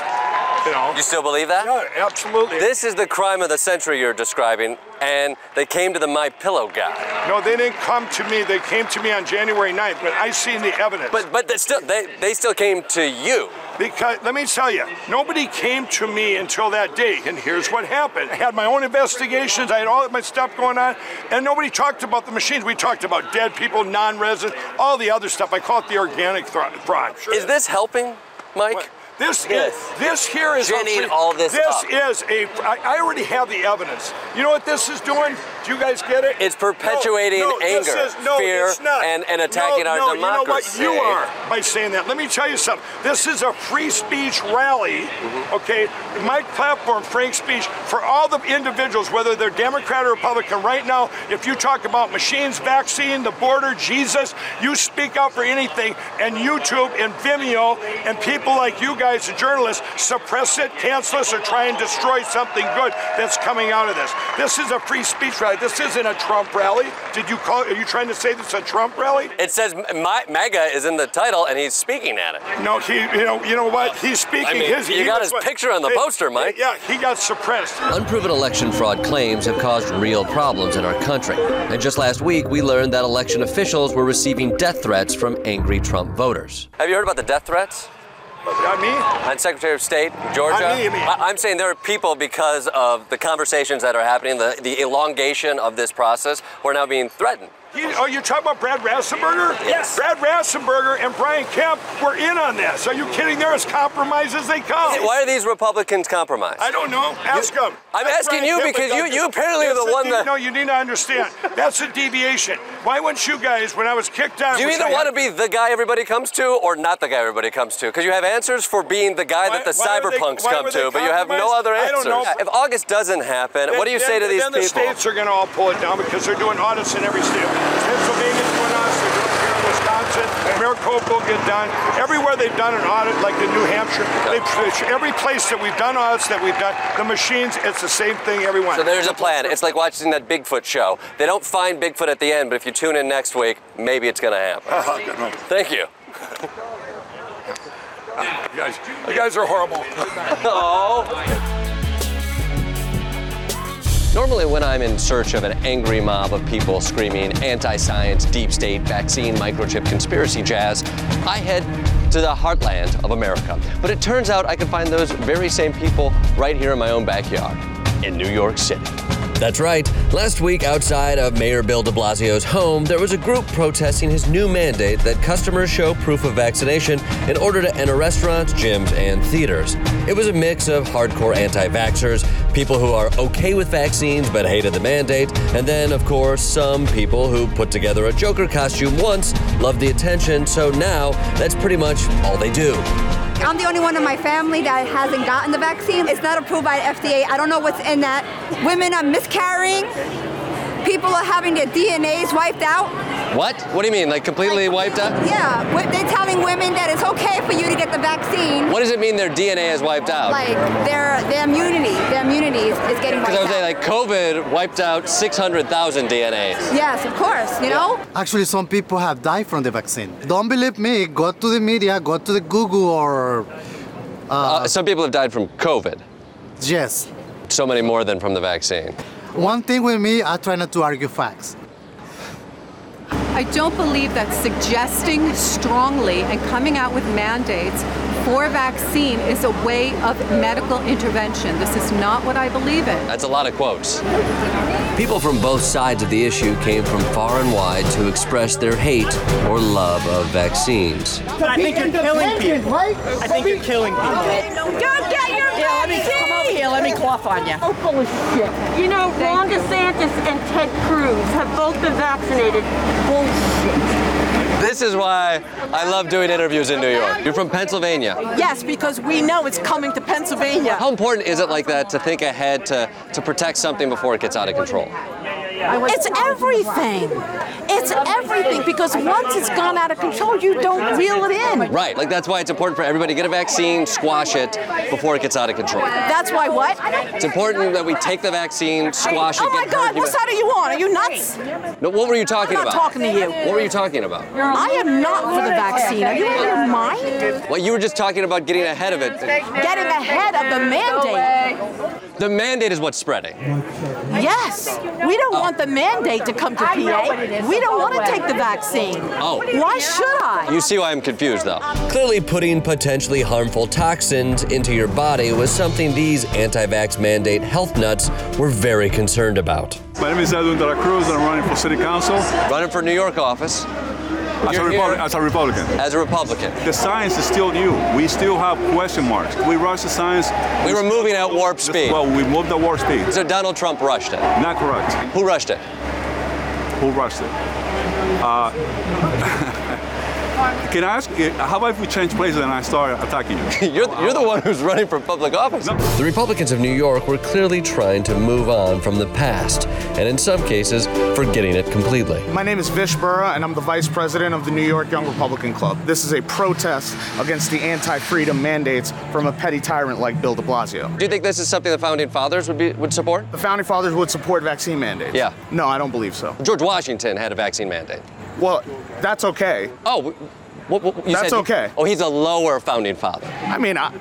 Speaker 4: You know.
Speaker 3: You still believe that?
Speaker 4: Yeah, absolutely.
Speaker 3: This is the crime of the century you're describing, and they came to the My Pillow guy.
Speaker 4: No, they didn't come to me. They came to me on January 9th, but I seen the evidence.
Speaker 3: But but they still they, they still came to you.
Speaker 4: Because let me tell you, nobody came to me until that day, and here's what happened. I had my own investigations, I had all my stuff going on, and nobody talked about the machines. We talked about dead people, non-resident, all the other stuff. I call it the organic thro- fraud.
Speaker 3: Is this helping, Mike?
Speaker 4: This is this here is a
Speaker 3: Ginning
Speaker 4: free-
Speaker 3: all this
Speaker 4: This
Speaker 3: up.
Speaker 4: is a. I, I already have the evidence. You know what this is doing? Do you guys get it?
Speaker 3: It's perpetuating
Speaker 4: No, no, this
Speaker 3: anger,
Speaker 4: is- no,
Speaker 3: fear,
Speaker 4: it's not.
Speaker 3: and- and attacking
Speaker 4: no,
Speaker 3: our
Speaker 4: no,
Speaker 3: democracy.
Speaker 4: You know what? You are by saying that. Let me tell you something. This is a free speech rally. Okay, my platform, Frank Speech, for all the individuals, whether they're Democrat or Republican. Right now, if you talk about machines, vaccine, the border, Jesus, you speak out for anything, and YouTube and Vimeo and people like you guys, the journalists, suppress it, cancel us, or try and destroy something good that's coming out of this. This is a free speech rally. This isn't a Trump rally. Did you call? Are you trying to say this is a Trump rally?
Speaker 3: It says my, MAGA is in the title, and he's speaking at it.
Speaker 4: No, he. You know. You know what? He's speaking.
Speaker 3: I mean,
Speaker 4: his.
Speaker 3: you
Speaker 4: he
Speaker 3: got
Speaker 4: was
Speaker 3: his
Speaker 4: what-
Speaker 3: picture on the
Speaker 4: Hey,
Speaker 3: poster, Mike.
Speaker 4: Yeah, he got suppressed.
Speaker 3: Unproven election fraud claims have caused real problems in our country. And just last week, we learned that election officials were receiving death threats from angry Trump voters. Have you heard about the death threats?
Speaker 4: I mean,
Speaker 3: And Secretary of State, Georgia?
Speaker 4: I mean, I mean-
Speaker 3: I- I'm saying there are people because of the conversations that are happening, the, the elongation of this process, who are now being threatened.
Speaker 4: He, oh, you're talking about Brad Rassenberger?
Speaker 3: Yes.
Speaker 4: Brad Rassenberger and Brian Kemp were in on this. Are you kidding? They're as compromised as they come.
Speaker 3: Why are these Republicans compromised?
Speaker 4: I don't know. Ask them.
Speaker 3: I'm asking you because you- you apparently are the one that-
Speaker 4: No, you need to understand. That's a deviation. Why wouldn't you guys, when I was kicked out...
Speaker 3: Do you
Speaker 4: which
Speaker 3: either
Speaker 4: I
Speaker 3: want to be
Speaker 4: had-
Speaker 3: the guy everybody comes to or not the guy everybody comes to? Because you have answers for being the guy that the
Speaker 4: Why- why were they-
Speaker 3: cyberpunks
Speaker 4: why
Speaker 3: come
Speaker 4: were they
Speaker 3: to, but you have no other
Speaker 4: compromised? I
Speaker 3: answers.
Speaker 4: don't know.
Speaker 3: If August doesn't happen, what do you
Speaker 4: Then-
Speaker 3: say to
Speaker 4: then-
Speaker 3: these
Speaker 4: then
Speaker 3: people?
Speaker 4: the states are going to all pull it down because they're doing audits in every state. Pennsylvania's doing us, they're doing Maryland, Wisconsin, Maricopa will get done. Everywhere they've done an audit, like in New Hampshire, they've, every place that we've done audits that we've done, the machines, it's the same thing everyone.
Speaker 3: So there's a plan. It's like watching that Bigfoot show. They don't find Bigfoot at the end, but if you tune in next week, maybe it's going to happen.
Speaker 4: Oh, good one.
Speaker 3: Thank you.
Speaker 4: You guys, you guys are horrible. Oh.
Speaker 3: Normally, when I'm in search of an angry mob of people screaming anti science, deep state, vaccine, microchip, conspiracy jazz, I head to the heartland of America. But it turns out I can find those very same people right here in my own backyard in New York City. That's right. Last week, outside of Mayor Bill de Blasio's home, there was a group protesting his new mandate that customers show proof of vaccination in order to enter restaurants, gyms, and theaters. It was a mix of hardcore anti vaxxers, people who are okay with vaccines but hated the mandate, and then, of course, some people who put together a Joker costume once, loved the attention, so now that's pretty much all they do.
Speaker 29: I'm the only one in my family that hasn't gotten the vaccine. It's not approved by the FDA. I don't know what's in that. Women are miscarrying. People are having their DNAs wiped out.
Speaker 3: What? What do you mean? Like completely wiped out?
Speaker 29: Yeah, wi- they're telling women that it's okay for you to get the vaccine.
Speaker 3: What does it mean their DNA is wiped out?
Speaker 29: Like their their immunity, their immunity is, is getting
Speaker 3: Because I
Speaker 29: wiped
Speaker 3: would say
Speaker 29: out.
Speaker 3: like COVID wiped out 600,000 DNAs.
Speaker 29: Yes, of course. You know.
Speaker 30: Actually, some people have died from the vaccine. Don't believe me. Go to the media, go to the Google or.
Speaker 3: Uh, some people have died from COVID.
Speaker 30: Yes.
Speaker 3: So many more than from the vaccine.
Speaker 30: One thing with me, I try not to argue facts.
Speaker 31: I don't believe that suggesting strongly and coming out with mandates for vaccine is a way of medical intervention. This is not what I believe in.
Speaker 3: That's a lot of quotes. People from both sides of the issue came from far and wide to express their hate or love of vaccines.
Speaker 32: I think you're killing people. I think you're killing people.
Speaker 33: Don't get your
Speaker 32: Yeah, let me- come over here, let me
Speaker 33: cough on you. Oh, full of shit. You know, Ron DeSantis and Ted Cruz have both been vaccinated. Bullshit.
Speaker 3: This is why I love doing interviews in New York. You're from Pennsylvania.
Speaker 33: Yes, because we know it's coming to Pennsylvania.
Speaker 3: How important is it like that to think ahead to, to protect something before it gets out of control?
Speaker 33: It's everything. It's everything because once it's gone out of control, you don't reel it in.
Speaker 3: Right, like that's why it's important for everybody to get a vaccine, squash it before it gets out of control.
Speaker 33: That's why what?
Speaker 3: It's important that we take the vaccine, squash it.
Speaker 33: Oh my
Speaker 3: get
Speaker 33: God,
Speaker 3: herd
Speaker 33: what side are you on? Are you nuts?
Speaker 3: immu- No, what were you talking
Speaker 33: I'm not
Speaker 3: about?
Speaker 33: talking to you.
Speaker 3: What were you talking about?
Speaker 33: I am not for the vaccine. Are you out of your mind?
Speaker 3: Well, you were just talking about getting ahead of it.
Speaker 33: Getting ahead of the mandate.
Speaker 3: The mandate is what's spreading.
Speaker 33: Yes, we don't want the mandate to come to PA. We don't want to take the vaccine.
Speaker 3: Oh.
Speaker 33: Why should I?
Speaker 3: You see why I'm confused, though. Clearly, putting potentially harmful toxins into your body was something these anti vax mandate health nuts were very concerned about.
Speaker 28: My name is Edwin De La Cruz. I'm running for city council.
Speaker 3: Running for New York office.
Speaker 28: As a,
Speaker 3: You're
Speaker 28: Republi-
Speaker 3: here-
Speaker 28: as a Republican.
Speaker 3: As a Republican.
Speaker 28: The science is still new. We still have question marks. We rush the science.
Speaker 3: We were moving at warp speed.
Speaker 28: Well, we moved at warp speed.
Speaker 3: So Donald Trump rushed it.
Speaker 28: Not correct.
Speaker 3: Who rushed it?
Speaker 28: Who rushed it? Uh, can I ask, how about if we change places and I start attacking you?
Speaker 3: you're, you're the one who's running for public office. The Republicans of New York were clearly trying to move on from the past, and in some cases, forgetting it completely.
Speaker 1: My name is Vish Burra, and I'm the vice president of the New York Young Republican Club. This is a protest against the anti freedom mandates from a petty tyrant like Bill de Blasio.
Speaker 3: Do you think this is something the founding fathers would be would support?
Speaker 1: The founding fathers would support vaccine mandates.
Speaker 3: Yeah.
Speaker 1: No, I don't believe so.
Speaker 3: George Washington had a vaccine mandate.
Speaker 1: Well, that's okay.
Speaker 3: Oh, what, You
Speaker 1: that's
Speaker 3: said-
Speaker 1: okay.
Speaker 3: Oh, he's a lower founding father.
Speaker 1: I mean, I,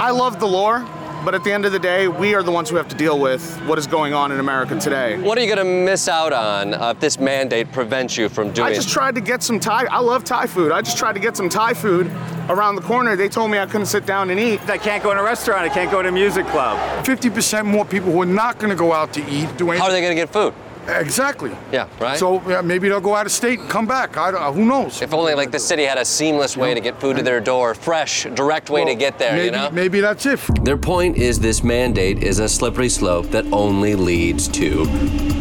Speaker 1: I love the lore, but at the end of the day, we are the ones who have to deal with what is going on in America today.
Speaker 3: What are you going to miss out on uh, if this mandate prevents you from doing?
Speaker 1: I just tried to get some Thai. I love Thai food. I just tried to get some Thai food around the corner. They told me I couldn't sit down and eat. I can't go in a restaurant. I can't go to a music club. 50% more people who are not going to go out to eat. Do How
Speaker 3: are they going to get food?
Speaker 1: Exactly.
Speaker 3: yeah, right.
Speaker 1: So yeah, maybe they'll go out of state and come back. I don't, who knows?
Speaker 3: if only like the city had a seamless way to get food to their door, fresh, direct way to get there.
Speaker 1: maybe,
Speaker 3: you know.
Speaker 1: maybe that's it.
Speaker 3: Their point is this mandate is a slippery slope that only leads to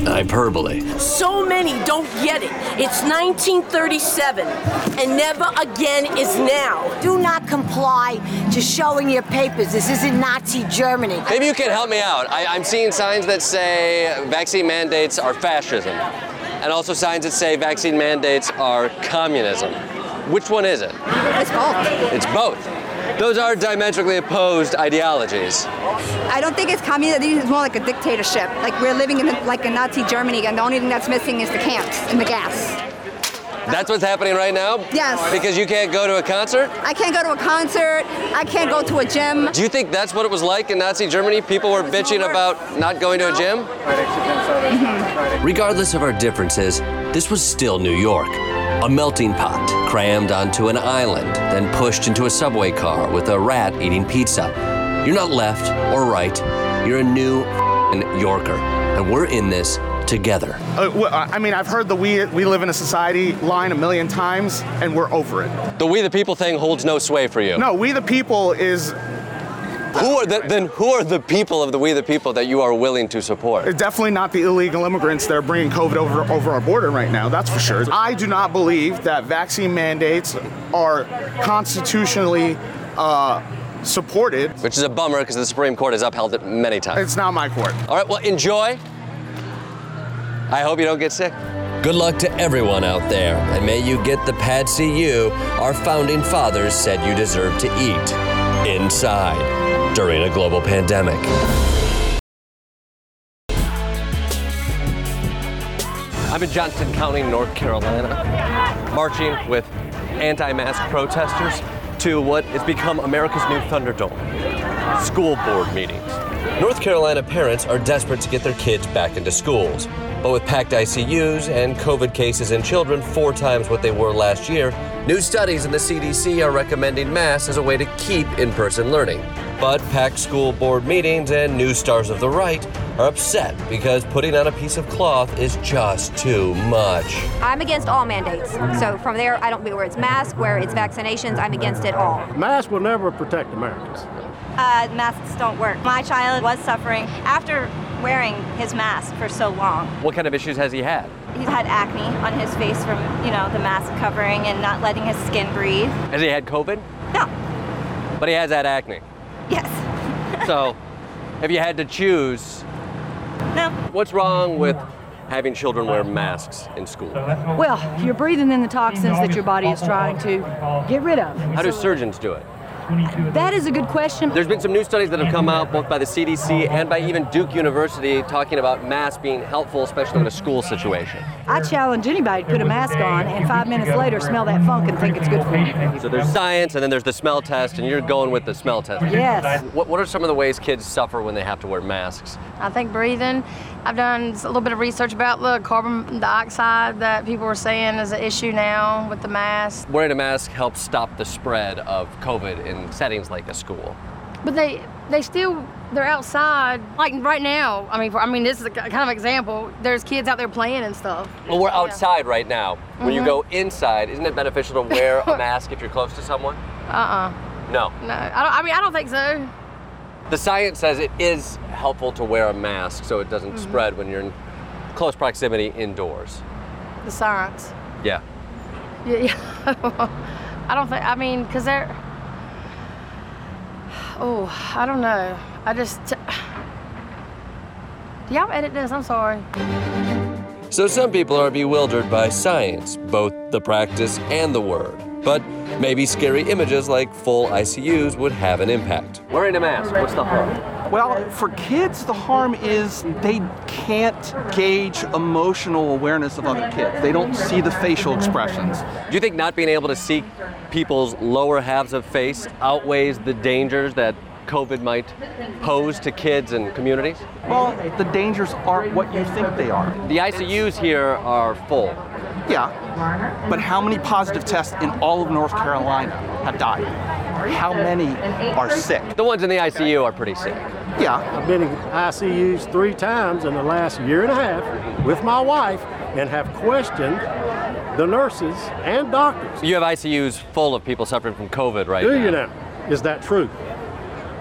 Speaker 3: hyperbole.
Speaker 33: So many don't get it. It's 1937, and never again is now.
Speaker 9: Do not comply to showing your papers. This isn't Nazi Germany.
Speaker 3: Maybe you can help me out. I, I'm seeing signs that say vaccine mandates are fascism. and also signs that say vaccine mandates are communism. Which one is it?
Speaker 29: It's both.
Speaker 3: It's both. Those are diametrically opposed ideologies.
Speaker 29: I don't think it's communism. I think it's more like a dictatorship. Like we're living in like in Nazi Germany, again. the only thing that's missing is the camps and the gas.
Speaker 3: That's what's happening right now?
Speaker 29: Yes.
Speaker 3: Because you can't go to a concert?
Speaker 29: I can't go to a concert. I can't go to a gym.
Speaker 3: Do you think that's what it was like in Nazi Germany? People were bitching about not going to a gym? Regardless of our differences, this was still New York. A melting pot crammed onto an island, then pushed into a subway car with a rat eating pizza. You're not left or right, you're a new f***ing Yorker, and we're in this together.
Speaker 1: Uh, well, I I mean, I've heard the we, we live in a society line a million times, and we're over it.
Speaker 3: The We the People thing holds no sway for you.
Speaker 1: No, we the people is
Speaker 3: Who are the, then who are the people of the We the People that you are willing to support?
Speaker 1: definitely not the illegal immigrants that are bringing COVID over, over our border right now, that's for sure. I do not believe that vaccine mandates are constitutionally uh, supported.
Speaker 3: Which is a bummer because the Supreme Court has upheld it many times.
Speaker 1: It's not my court.
Speaker 3: All right, well, enjoy. I hope you don't get sick. Good luck to everyone out there, and may you get the Patsy you our founding fathers said you deserve to eat inside during a global pandemic. I'm in Johnston County, North Carolina, marching with anti mask protesters to what has become America's new Thunderdome school board meetings. North Carolina parents are desperate to get their kids back into schools. But with packed ICUs and COVID cases in children four times what they were last year, new studies in the CDC are recommending masks as a way to keep in person learning. But packed school board meetings and new stars of the right are upset because putting on a piece of cloth is just too much.
Speaker 34: I'm against all mandates. So from there, I don't where it's mask, where it's vaccinations. I'm against it all.
Speaker 7: Masks will never protect Americans.
Speaker 34: Uh, masks don't work. My child was suffering after wearing his mask for so long.
Speaker 3: What kind of issues has he had?
Speaker 34: He's had acne on his face from you know the mask covering and not letting his skin breathe.
Speaker 3: Has he had COVID?
Speaker 34: No.
Speaker 3: But he has had acne.
Speaker 34: Yes.
Speaker 3: So, if you had to choose,
Speaker 34: no.
Speaker 3: What's wrong with having children wear masks in school?
Speaker 35: Well, you're breathing in the toxins that your body is trying to get rid of.
Speaker 3: How do surgeons do it?
Speaker 35: That is a good question.
Speaker 3: There's been some new studies that have come out, both by the CDC and by even Duke University, talking about masks being helpful, especially in a school situation.
Speaker 35: I challenge anybody to put a mask on and five minutes later smell that funk and think it's good for you.
Speaker 3: So there's science, and then there's the smell test, and you're going with the smell test.
Speaker 35: Yes.
Speaker 3: What, what are some of the ways kids suffer when they have to wear masks?
Speaker 25: I think breathing. I've done a little bit of research about the carbon dioxide that people were saying is an issue now with the mask.
Speaker 3: Wearing a mask helps stop the spread of COVID in settings like a school.
Speaker 25: But they they still they're outside. Like right now, I mean, for, I mean this is a kind of example. There's kids out there playing and stuff.
Speaker 3: Well, we're outside right now. When you
Speaker 25: Mhm.
Speaker 3: go inside, isn't it beneficial to wear a mask if you're close to someone?
Speaker 25: Uh
Speaker 3: No.
Speaker 25: uh No, I don't. I mean, I don't think so.
Speaker 3: The science says it is helpful to wear a mask so it doesn't
Speaker 25: Mhm.
Speaker 3: spread when you're in close proximity indoors.
Speaker 25: The science.
Speaker 3: Yeah.
Speaker 25: Yeah. yeah. I don't think. I mean, cause they're. Oh, I don't know. I just. Do y'all edit this? I'm sorry.
Speaker 3: So some people are bewildered by science, both the practice and the word. But maybe scary images like full ICUs would have an impact. Wearing a mask, what's the harm?
Speaker 12: Well, for kids, the harm is they can't gauge emotional awareness of other kids. They don't see the facial expressions.
Speaker 3: Do you think not being able to see people's lower halves of face outweighs the dangers that COVID might pose to kids and communities?
Speaker 12: Well, the dangers aren't what you think they are.
Speaker 3: The ICUs here are full.
Speaker 12: Yeah. But how many positive tests in all of North Carolina have died? How many are sick?
Speaker 3: The ones in the ICU are pretty sick.
Speaker 12: Yeah.
Speaker 7: I've been in ICUs three times in the last year and a half with my wife and have questioned the nurses and doctors.
Speaker 3: You have ICUs full of people suffering from COVID right
Speaker 7: Do
Speaker 3: now.
Speaker 7: you now? Is that true?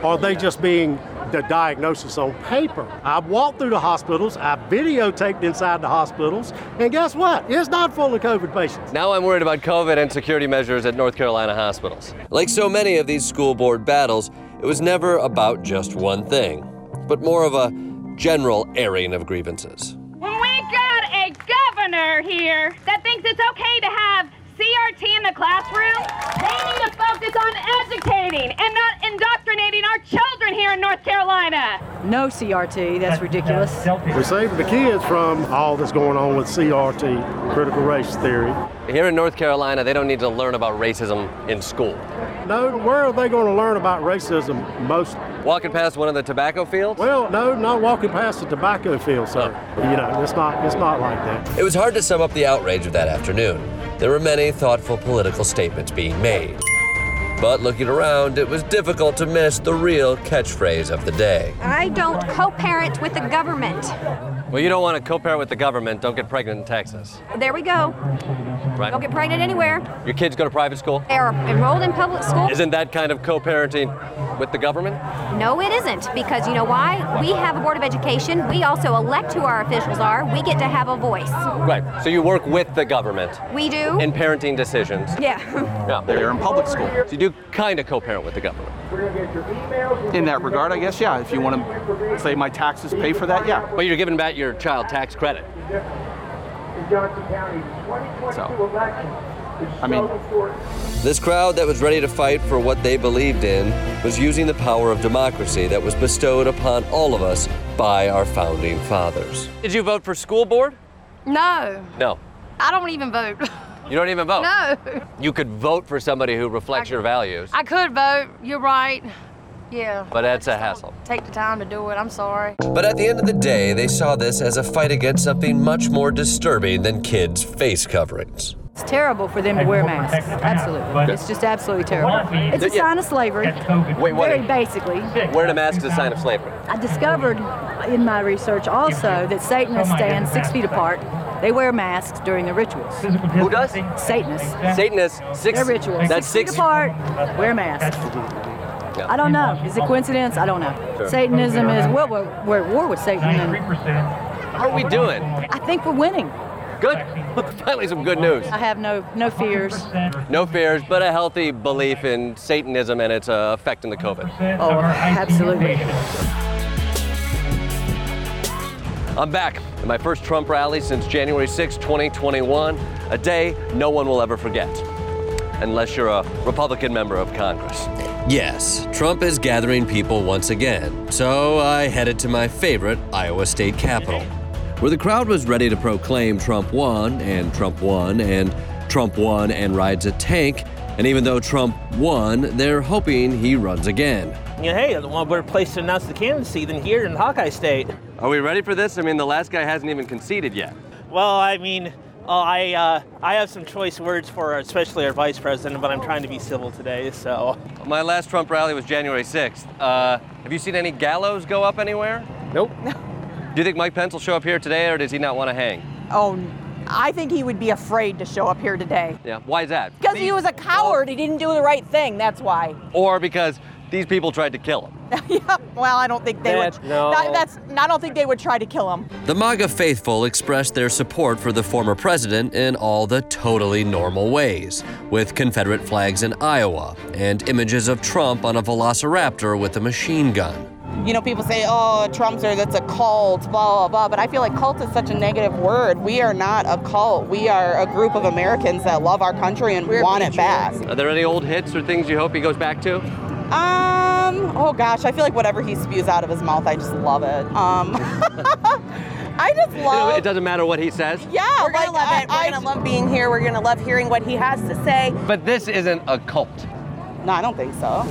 Speaker 7: Or are they just being the diagnosis on paper? I've walked through the hospitals, I've videotaped inside the hospitals, and guess what? It's not full of COVID patients.
Speaker 3: Now I'm worried about COVID and security measures at North Carolina hospitals. Like so many of these school board battles, it was never about just one thing, but more of a general airing of grievances.
Speaker 36: When we got a governor
Speaker 21: are here that thinks it's okay to have CRT in the classroom. They need to focus on educating and not indoctrinating our children here in North Carolina.
Speaker 35: No CRT, that's ridiculous.
Speaker 7: We're saving the kids from all that's going on with CRT, critical race theory.
Speaker 8: Here in North Carolina, they don't need to learn about racism in school.
Speaker 7: No, where are they going to learn about racism most?
Speaker 8: Walking past one of the tobacco fields?
Speaker 7: Well, no, not walking past the tobacco field, sir. You know, it's not, it's not like that.
Speaker 3: It was hard to sum up the outrage of that afternoon. There were many thoughtful political statements being made. But looking around, it was difficult to miss the real catchphrase of the day.
Speaker 34: I don't co parent with the government.
Speaker 8: Well, you don't want to co-parent with the government. Don't get pregnant in Texas,
Speaker 34: There we go.
Speaker 8: right?
Speaker 34: Don't get pregnant anywhere.
Speaker 8: Your kids go to private school.
Speaker 34: They are enrolled in public school.
Speaker 8: Isn't that kind of co-parenting with the government?
Speaker 34: No, it isn't, because you know why? We have a Board of Education. We also elect who our officials are. We get to have a voice.
Speaker 8: Right. So you work with the government
Speaker 34: We do.
Speaker 8: in parenting decisions.
Speaker 34: Yeah.
Speaker 8: Yeah. They're in public school. So you do kind of co-parent with the government.
Speaker 12: In that regard, I guess, yeah. If you want to say my taxes pay for that, yeah.
Speaker 8: But you're giving back your child tax credit.
Speaker 12: I mean,
Speaker 3: This crowd that was ready to fight for what they believed in was using the power of democracy that was bestowed upon all of us by our founding fathers.
Speaker 8: Did you vote for school board?
Speaker 25: No,
Speaker 8: No.
Speaker 25: I don't even vote.
Speaker 8: You don't even vote.
Speaker 25: No,
Speaker 8: You could vote for somebody who reflects your values,
Speaker 25: I could vote. You're right. Yeah,
Speaker 8: but that's a hassle.
Speaker 25: take the time to do it. I'm sorry.
Speaker 3: But at the end of the day, they saw this as a fight against something much more disturbing than kids' face coverings.
Speaker 35: It's terrible for them to wear masks. Absolutely. It's just absolutely terrible. It's a sign of slavery.
Speaker 8: Wait, what-
Speaker 35: Very basically.
Speaker 8: Wearing a mask is a sign of slavery.
Speaker 35: I discovered in my research also that Satanists stand six feet apart. They wear masks during the rituals. Who
Speaker 8: does?
Speaker 35: Satanists.
Speaker 8: Satanists, six-
Speaker 35: Their rituals.
Speaker 8: that's six-
Speaker 35: six, feet apart. Wear masks. I don't know. Is it coincidence? I don't know.
Speaker 8: Sure.
Speaker 35: Satanism is well, we're, we're at war with Satan. And
Speaker 8: How are we doing?
Speaker 35: I think we're winning.
Speaker 8: Good. Finally, some good news.
Speaker 35: I have no no fears.
Speaker 8: No fears, but a healthy belief in Satanism and its uh, effect on the COVID.
Speaker 35: Oh, absolutely.
Speaker 8: I'm back at my first Trump rally since January 6, 2021, a day no one will ever forget, unless you're a Republican member of Congress.
Speaker 3: Yes, Trump is gathering people once again, so I headed to my favorite Iowa State Capitol, where the crowd was ready to proclaim Trump won, and Trump won, and Trump won and rides a tank, and even though Trump won, they're hoping he runs again.
Speaker 36: Yeah, hey, what better place to announce the candidacy than here in Hawkeye State?
Speaker 8: Are we ready for this? I mean, the last guy hasn't even conceded yet.
Speaker 36: Well, I mean, well, I uh, I have some choice words for our, especially our vice president, but I'm trying to be civil today, so.
Speaker 8: My last Trump rally was January 6th. Uh, have you seen any gallows go up anywhere? Nope. Do you think Mike Pence will show up here today, or does he not want to hang?
Speaker 37: Oh, I think he would be afraid to show up here today.
Speaker 8: Yeah. Why is that?
Speaker 37: Because he was a coward. He didn't do the right thing. That's why.
Speaker 8: Or because these people tried to kill him.
Speaker 37: Well, I don't think they
Speaker 8: That-
Speaker 37: would.
Speaker 8: no.
Speaker 37: that- that's. I don't think they would try to kill him.
Speaker 3: The MAGA faithful expressed their support for the former president in all the totally normal ways, with Confederate flags in Iowa and images of Trump on a velociraptor with a machine gun.
Speaker 37: You know, people say, "Oh, Trump's or that's a cult," blah blah blah. But I feel like cult is such a negative word. We are not a cult. We are a group of Americans that love our country and want it back.
Speaker 8: Are there any old hits or things you hope he goes back to?
Speaker 37: Um, oh gosh, I feel like whatever he spews out of his mouth, I just love it. Um, I just love.
Speaker 8: It doesn't matter what he says.
Speaker 37: Yeah, we're gonna love it. We're gonna love being here. We're gonna love hearing what he has to say.
Speaker 8: But this isn't a cult.
Speaker 37: No, I don't think so.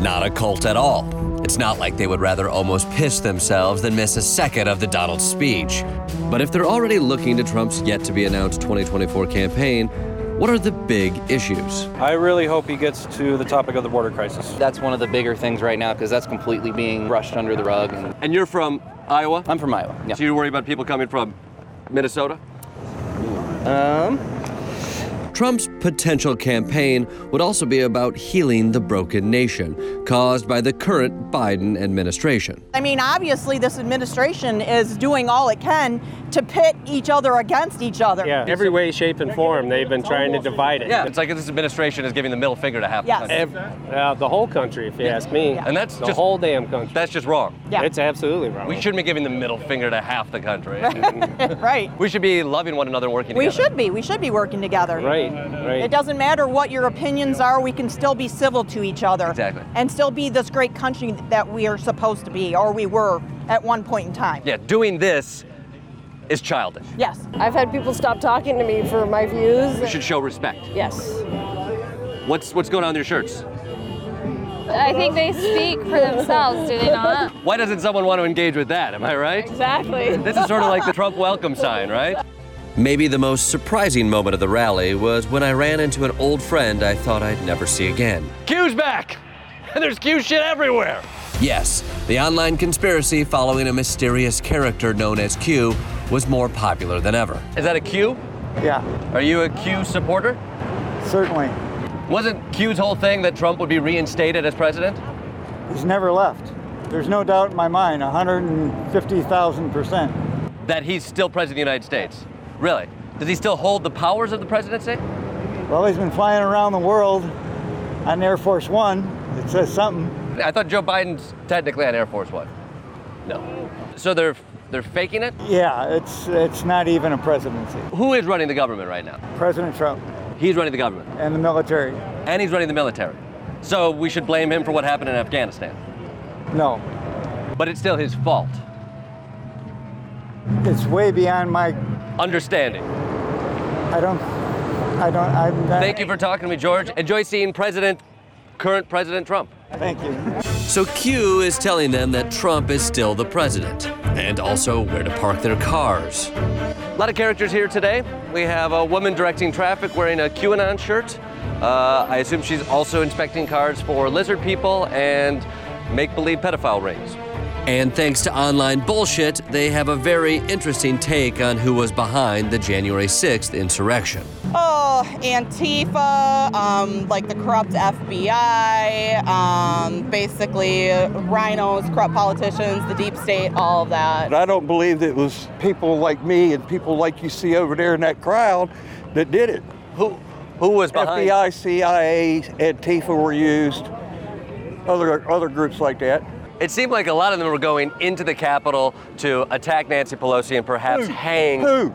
Speaker 3: Not a cult at all. It's not like they would rather almost piss themselves than miss a second of the Donald speech. But if they're already looking to Trump's yet to be announced 2024 campaign, what are the big issues?
Speaker 19: I really hope he gets to the topic of the border crisis. That's one of the bigger things right now because that's completely being brushed under the rug. And,
Speaker 8: you're from Iowa?
Speaker 19: I'm from Iowa. Yeah.
Speaker 8: So you worry about people coming from Minnesota?
Speaker 19: Um,
Speaker 3: Trump's potential campaign would also be about healing the broken nation caused by the current Biden administration.
Speaker 37: I mean, obviously, this administration is doing all it can
Speaker 38: to pit each other against each other.
Speaker 8: Yeah, every way, shape, and form, they've been trying to divide it.
Speaker 3: It's like this administration is giving the middle finger to half
Speaker 38: Yes.
Speaker 3: the country.
Speaker 8: Ev- uh, the whole country, if you ask me.
Speaker 3: And that's
Speaker 8: the
Speaker 3: just-
Speaker 8: whole damn country.
Speaker 3: That's just wrong.
Speaker 8: Yeah. It's absolutely wrong.
Speaker 3: We shouldn't be giving the middle finger to half the country.
Speaker 38: right.
Speaker 3: We should be loving one another and working
Speaker 38: We
Speaker 3: together.
Speaker 38: should be. We should be working together.
Speaker 3: Right, right.
Speaker 38: It doesn't matter what your opinions are, we can still be civil to each other.
Speaker 3: Exactly.
Speaker 38: And still be this great country that we are supposed to be, or we were at one point in time.
Speaker 3: Yeah, doing this is childish.
Speaker 38: Yes.
Speaker 18: I've had people stop talking to me for my views.
Speaker 3: We should show respect.
Speaker 18: Yes.
Speaker 3: What's what's going on in your shirts?
Speaker 18: I think they speak for themselves, do they not?
Speaker 3: Why doesn't someone want to engage with that? Am I right?
Speaker 18: Exactly.
Speaker 3: This is sort of like the Trump welcome sign, right?
Speaker 39: Maybe the most surprising moment of the rally was when I ran into an old friend I thought I'd never see again.
Speaker 3: Q's back, and there's Q shit everywhere.
Speaker 39: Yes, the online conspiracy following a mysterious character known as Q was more popular than ever.
Speaker 3: Is that a Q?
Speaker 39: Yeah.
Speaker 3: Are you a Q supporter?
Speaker 40: Certainly.
Speaker 3: Wasn't Q's whole thing that Trump would be reinstated as president?
Speaker 40: He's never left. There's no doubt in my mind, 150,000%.
Speaker 3: That he's still president of the United States. Really? Does he still hold the powers of the presidency?
Speaker 40: Well, he's been flying around the world on Air Force One. It says something.
Speaker 3: I thought Joe Biden's technically on Air Force One. No. So they're they're faking it?
Speaker 40: Yeah, it's, it's not even a presidency.
Speaker 3: Who is running the government right now?
Speaker 40: President Trump
Speaker 3: He's running the government.
Speaker 40: and the military.
Speaker 3: And he's running the military. So we should blame him for what happened in Afghanistan.
Speaker 40: No,
Speaker 3: But it's still his fault.
Speaker 40: it's way beyond my.
Speaker 3: Understanding.
Speaker 40: I don't. I don't. I'm not.
Speaker 3: Thank you for talking to me, George. Enjoy seeing President, current President Trump.
Speaker 40: Thank you.
Speaker 39: So Q is telling them that Trump is still the president, and also where to park their cars.
Speaker 3: A lot of characters here today. We have a woman directing traffic wearing a QAnon shirt. Uh, I assume she's also inspecting cars for lizard people and make believe pedophile rings.
Speaker 39: And thanks to online bullshit, they have a very interesting take on who was behind the January 6th insurrection.
Speaker 38: Oh, Antifa, um, like the corrupt FBI, um, basically rhinos, corrupt politicians, the deep state, all of that.
Speaker 6: But I don't believe that it was people like me and people like you see over there in that crowd that did it.
Speaker 3: Who, who was behind?
Speaker 6: FBI, CIA, Antifa were used. Other other groups like that.
Speaker 3: It seemed like a lot of them were going into the Capitol to attack Nancy Pelosi and perhaps hang.
Speaker 6: Who?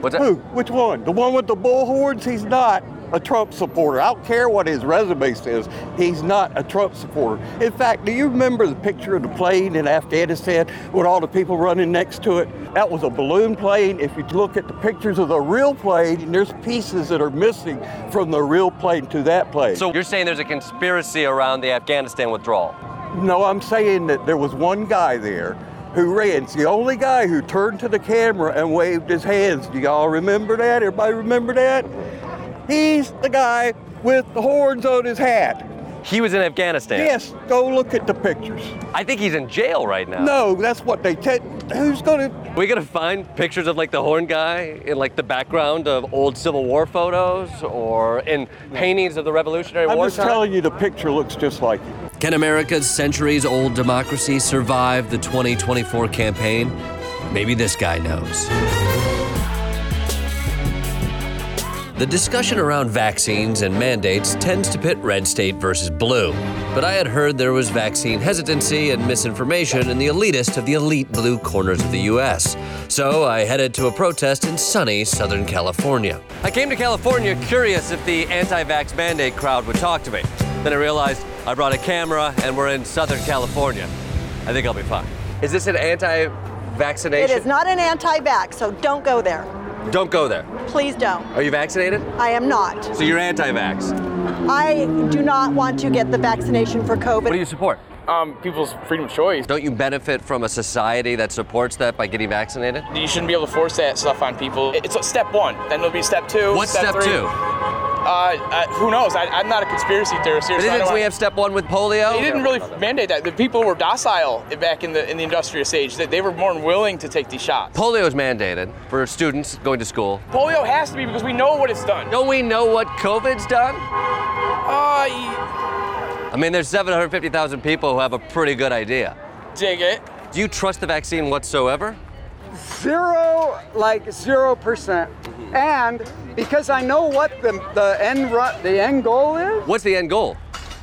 Speaker 3: What's that?
Speaker 6: Who? Which one? The one with the bull horns? He's not a Trump supporter. I don't care what his resume says. He's not a Trump supporter. In fact, do you remember the picture of the plane in Afghanistan with all the people running next to it? That was a balloon plane. If you look at the pictures of the real plane, and there's pieces that are missing from the real plane to that plane.
Speaker 3: So you're saying there's a conspiracy around the Afghanistan withdrawal?
Speaker 6: No, I'm saying that there was one guy there who ran. It's the only guy who turned to the camera and waved his hands. Do y'all remember that? Everybody remember that? He's the guy with the horns on his hat.
Speaker 3: He was in Afghanistan.
Speaker 6: Yes, go look at the pictures.
Speaker 3: I think he's in jail right now.
Speaker 6: No, that's what they take. Who's gonna?
Speaker 3: We gonna find pictures of like the horn guy in like the background of old Civil War photos or in paintings of the Revolutionary
Speaker 6: I'm
Speaker 3: War.
Speaker 6: just
Speaker 3: time?
Speaker 6: telling you, the picture looks just like it.
Speaker 39: Can America's centuries old democracy survive the 2024 campaign? Maybe this guy knows. The discussion around vaccines and mandates tends to pit red state versus blue, but I had heard there was vaccine hesitancy and misinformation in the elitist of the elite blue corners of the U.S., so I headed to a protest in sunny Southern California.
Speaker 3: I came to California curious if the anti-vax mandate crowd would talk to me. Then I realized I brought a camera and we're in Southern California. I think I'll be fine. Is this an
Speaker 38: It
Speaker 3: anti-vaccination?
Speaker 38: is not an anti-vax, so don't go there.
Speaker 3: Don't go there.
Speaker 38: Please don't.
Speaker 3: Are you vaccinated?
Speaker 38: I am not.
Speaker 3: So you're anti-vax.
Speaker 38: I do not want to get the vaccination for COVID.
Speaker 3: What do you support? Um, people's freedom of choice. Don't you benefit from a society that supports that by getting vaccinated?
Speaker 41: You shouldn't be able to force that stuff on people. It's step one. Then it'll be step two.
Speaker 3: What's step
Speaker 41: three.
Speaker 3: two?
Speaker 41: Uh, I, who knows? I, I'm not a conspiracy theorist here.
Speaker 3: But
Speaker 41: so I
Speaker 3: didn't
Speaker 41: don't
Speaker 3: we
Speaker 41: wanna-
Speaker 3: have step one with polio?
Speaker 41: They didn't really mandate that. The people were docile back in the in the industrious age. That they were more willing to take these shots.
Speaker 3: Polio is mandated for students going to school.
Speaker 41: Polio has to be because we know what it's done.
Speaker 3: Don't we know what COVID's done?
Speaker 41: Uh, y-
Speaker 3: I mean, there's 750,000 people who have a pretty good idea.
Speaker 41: dig it.
Speaker 3: Do you trust the vaccine whatsoever?
Speaker 30: zero, like zero percent. And because I know what the, the end ru- the end goal is.
Speaker 8: What's the end goal?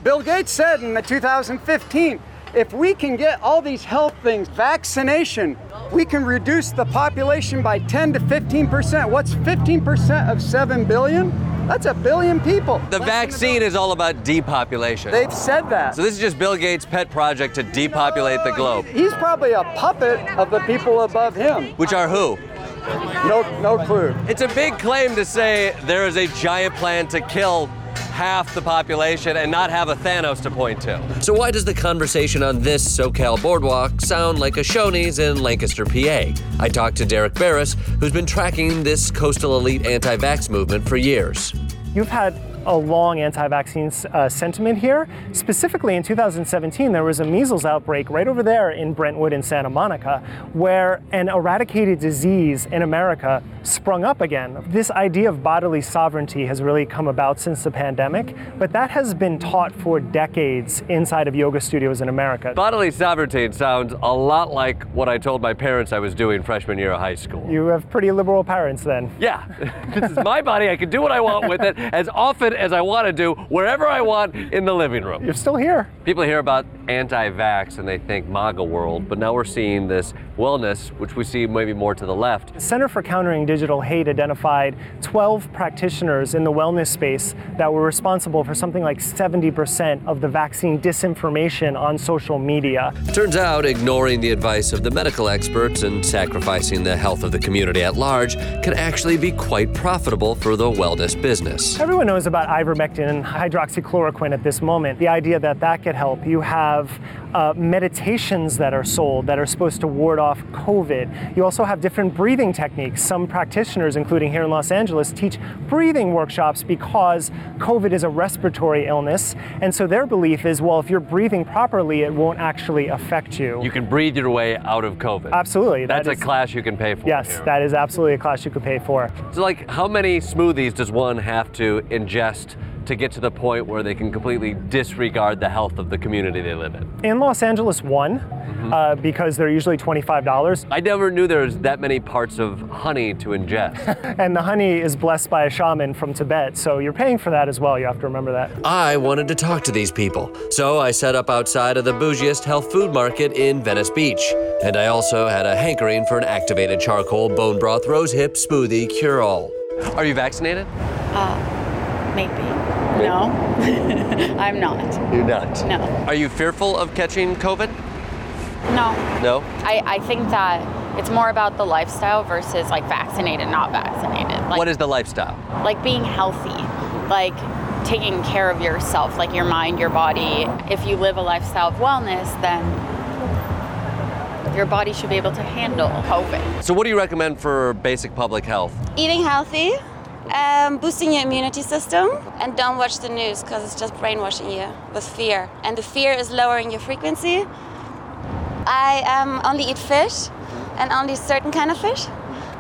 Speaker 30: Bill Gates said in the 2015, if we can get all these health things, vaccination, we can reduce the population by 10 to 15 percent. What's 15 percent of seven billion? That's a billion people.
Speaker 3: The vaccine is all about depopulation.
Speaker 30: They've said that.
Speaker 3: So this is just Bill Gates' pet project to depopulate the globe.
Speaker 30: He's probably a puppet of the people above him.
Speaker 3: Which are who?
Speaker 30: No, no clue.
Speaker 3: It's a big claim to say there is a giant plan to kill half the population and not have a Thanos to point to. So why does the conversation on this SoCal boardwalk sound like a Shoney's in Lancaster, PA? I talked to Derek Barris, who's been tracking this coastal elite anti-vax movement for years.
Speaker 31: You've had a long anti vaccine uh, sentiment here. Specifically in 2017, there was a measles outbreak right over there in Brentwood in Santa Monica, where an eradicated disease in America sprung up again. This idea of bodily sovereignty has really come about since the pandemic, but that has been taught for decades inside of yoga studios in America.
Speaker 3: Bodily sovereignty sounds a lot like what I told my parents I was doing freshman year of high school.
Speaker 31: You have pretty liberal parents then.
Speaker 3: Yeah, this is my body. I can do what I want with it as often as I want to do, wherever I want in the living room.
Speaker 31: You're still here.
Speaker 3: People hear about anti vax and they think MAGA world, but now we're seeing this wellness, which we see maybe more to the left.
Speaker 31: Center for Countering Digital Hate identified 12 practitioners in the wellness space that were responsible for something like 70% of the vaccine disinformation on social media.
Speaker 3: Turns out ignoring the advice of the medical experts and sacrificing the health of the community at large can actually be quite profitable for the wellness business.
Speaker 31: Everyone knows about ivermectin and hydroxychloroquine at this moment. The idea that that could help. You have uh, meditations that are sold that are supposed to ward off COVID. You also have different breathing techniques. Some practitioners, including here in Los Angeles, teach breathing workshops because COVID is a respiratory illness. And so their belief is well, if you're breathing properly, it won't actually affect you.
Speaker 3: You can breathe your way out of COVID.
Speaker 31: Absolutely. that
Speaker 3: That's a
Speaker 31: is-
Speaker 3: class you can pay for.
Speaker 31: Yes,
Speaker 3: here.
Speaker 31: that is absolutely a class you could pay for.
Speaker 3: So, like, how many smoothies does one have to ingest to get to the point where they can completely disregard the health of the community they live in?
Speaker 31: In Los Angeles, one, uh, because they're usually $25.
Speaker 3: I never knew there was that many parts of honey to ingest.
Speaker 31: And the honey is blessed by a shaman from Tibet, so you're paying for that as well. You have to remember that.
Speaker 3: I wanted to talk to these people, so I set up outside of the bougiest health food market in Venice Beach. And I also had a hankering for an activated charcoal bone broth rose hip smoothie cure all. Are you vaccinated?
Speaker 32: Uh, Maybe. No, I'm not.
Speaker 3: You're not.
Speaker 32: No.
Speaker 3: Are you fearful of catching COVID?
Speaker 32: No.
Speaker 3: No.
Speaker 32: I, I think that it's more about the lifestyle versus like vaccinated, not vaccinated. Like,
Speaker 3: what is the lifestyle?
Speaker 32: like being healthy, like taking care of yourself, like your mind, your body. If you live a lifestyle of wellness, then your body should be able to handle COVID.
Speaker 3: So, what do you recommend for basic public health?
Speaker 23: Eating healthy, um, boosting your immunity system, and don't watch the news because it's just brainwashing you with fear. And the fear is lowering your frequency. I um, only eat fish and only certain kind of fish.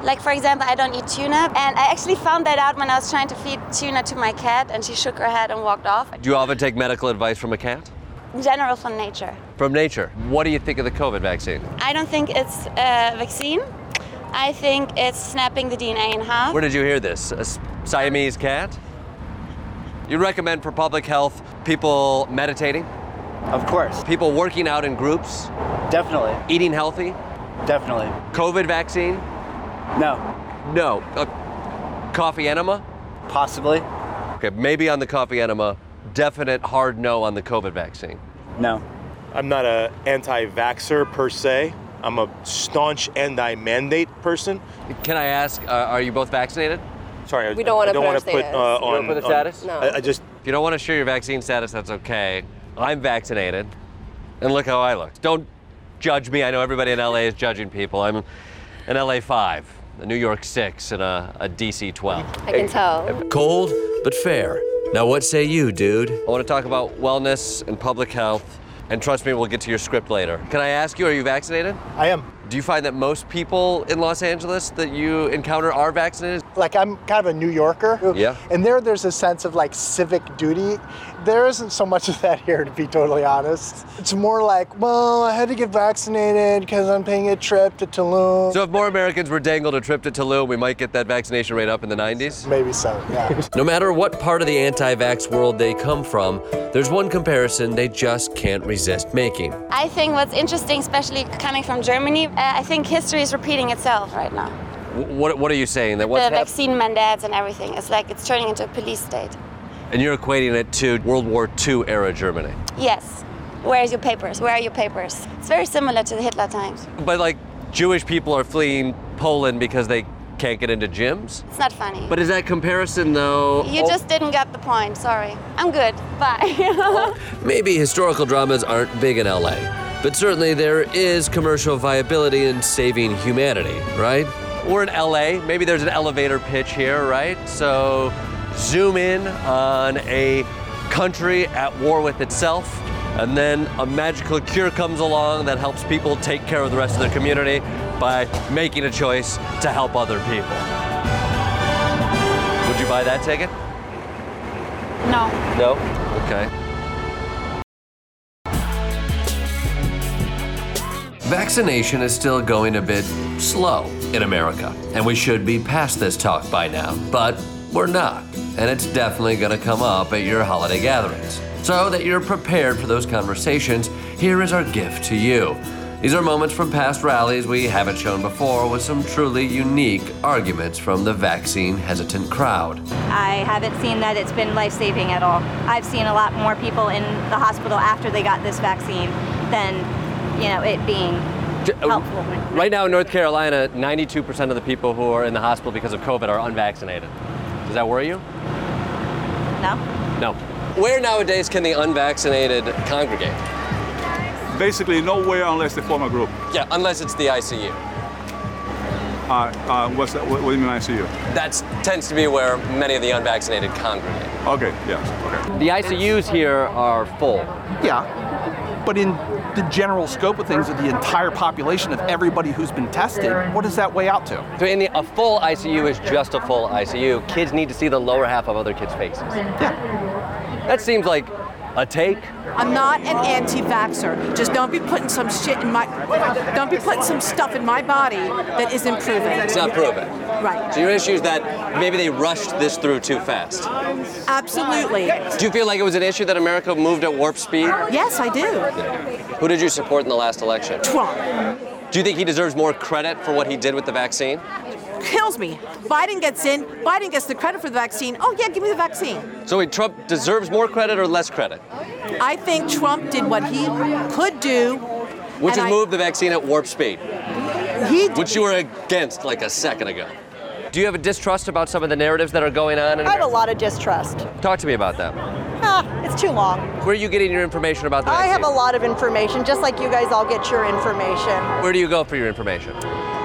Speaker 23: Like, for example, I don't eat tuna. And I actually found that out when I was trying to feed tuna to my cat, and she shook her head and walked off.
Speaker 3: Do you often take medical advice from a cat?
Speaker 23: In general, from nature.
Speaker 3: From nature. What do you think of the COVID vaccine?
Speaker 23: I don't think it's a vaccine. I think it's snapping the DNA in half.
Speaker 3: Where did you hear this? A S- Siamese cat? You recommend for public health people meditating? Of course. People working out in groups? Definitely. Eating healthy? Definitely. COVID vaccine? No. No. Uh, coffee enema? Possibly. Okay, maybe on the coffee enema, definite hard no on the COVID vaccine.
Speaker 24: No. I'm not a anti-vaxxer per se. I'm a staunch anti-mandate person.
Speaker 3: Can I ask, uh, are you both vaccinated?
Speaker 24: Sorry, I-
Speaker 4: We don't wanna
Speaker 24: I don't
Speaker 4: put our
Speaker 24: want to put
Speaker 4: status.
Speaker 24: uh,
Speaker 4: You
Speaker 24: on.
Speaker 4: don't put a
Speaker 24: on-
Speaker 4: status? No.
Speaker 24: I, I just
Speaker 3: If you don't want to share your vaccine status, that's okay. I'm vaccinated, and look how I look. Don't judge me. I know everybody in LA is judging people. I'm an LA 5, a New York 6, and a, a DC 12.
Speaker 4: I can tell.
Speaker 3: Cold, but fair. Now, what say you, dude? I want to talk about wellness and public health, and trust me, we'll get to your script later. Can I ask you, are you vaccinated?
Speaker 24: I am.
Speaker 3: Do you find that most people in Los Angeles that you encounter are vaccinated?
Speaker 42: like I'm kind of a New Yorker.
Speaker 3: Yeah.
Speaker 42: And there, there's a sense of like civic duty. There isn't so much of that here, to be totally honest. It's more like, well, I had to get vaccinated because I'm paying a trip to Tulum.
Speaker 3: So if more Americans were dangled a trip to Tulum, we might get that vaccination rate up in the 90s?
Speaker 42: Maybe so, yeah.
Speaker 3: no matter what part of the anti vax world they come from, there's one comparison they just can't resist making.
Speaker 43: I think what's interesting, especially coming from Germany, uh, I think history is repeating itself right now.
Speaker 3: W- what, what are you saying? That what's
Speaker 43: the
Speaker 3: hap-
Speaker 43: vaccine mandates and everything. It's like it's turning into a police state.
Speaker 3: And you're equating it to World War II era Germany.
Speaker 43: Yes. Where's your papers? Where are your papers? It's very similar to the Hitler times.
Speaker 3: But like Jewish people are fleeing Poland because they can't get into gyms?
Speaker 43: It's not funny.
Speaker 3: But is that comparison though?
Speaker 43: you just didn't get the point. Sorry. I'm good. Bye.
Speaker 3: Maybe historical dramas aren't big in LA, but certainly there is commercial viability in saving humanity, right? We're in LA, maybe there's an elevator pitch here, right? So zoom in on a country at war with itself, and then a magical cure comes along that helps people take care of the rest of their community by making a choice to help other people. Would you buy that ticket?
Speaker 43: no.
Speaker 3: No? Okay. Vaccination is still going a bit slow in America, and we should be past this talk by now, but we're not, and it's definitely going to come up at your holiday gatherings. So that you're prepared for those conversations, here is our gift to you. These are moments from past rallies we haven't shown before with some truly unique arguments from the vaccine hesitant crowd.
Speaker 44: I haven't seen that it's been life saving at all. I've seen a lot more people in the hospital after they got this vaccine than, you know, it being
Speaker 45: J-
Speaker 3: Oh.
Speaker 45: uh,
Speaker 44: helpful.
Speaker 45: Right now in North Carolina, 92% of the people who are in the hospital because of COVID are unvaccinated. Does that worry you?
Speaker 44: No?
Speaker 45: No. Where nowadays can the unvaccinated congregate?
Speaker 28: Basically, nowhere unless they form a group.
Speaker 45: Yeah, unless it's the ICU.
Speaker 28: Uh, uh, what's that, what, what do you mean ICU?
Speaker 45: That tends to be where many of the unvaccinated congregate.
Speaker 28: Okay, yeah, okay.
Speaker 45: The ICUs here are full.
Speaker 12: Yeah, but in the general scope of things, of the entire population of everybody who's been tested, what does that weigh out to?
Speaker 45: So in the, a full ICU is just a full ICU. Kids need to see the lower half of other kids' faces. That seems like a take.
Speaker 33: I'm not an anti-vaxxer. Just don't be putting some shit in my, don't be putting some stuff in my body that isn't proven.
Speaker 45: It's not proven.
Speaker 33: Right.
Speaker 45: So your issue is that maybe they rushed this through too fast.
Speaker 33: Absolutely.
Speaker 45: Do you feel like it was an issue that America moved at warp speed?
Speaker 33: Yes, I do.
Speaker 45: Who did you support in the last election?
Speaker 33: Trump
Speaker 45: Do you think he deserves more credit for what he did with the vaccine?
Speaker 33: kills me. Biden gets in. Biden gets the credit for the vaccine. Oh yeah, give me the vaccine.
Speaker 45: So wait, Trump deserves more credit or less credit?
Speaker 33: I think Trump did what he could do.
Speaker 45: Which
Speaker 33: and
Speaker 45: is
Speaker 33: I-
Speaker 45: move the vaccine at warp speed,
Speaker 33: He
Speaker 45: which you were against like a second ago. Do you have a distrust about some of the narratives that are going on? In
Speaker 46: I have a
Speaker 45: America?
Speaker 46: lot of distrust.
Speaker 45: Talk to me about that.
Speaker 46: Ah, it's too long.
Speaker 45: Where are you getting your information about the
Speaker 46: I
Speaker 45: vaccine?
Speaker 46: have a lot of information, just like you guys all get your information
Speaker 45: Where do you go for your information?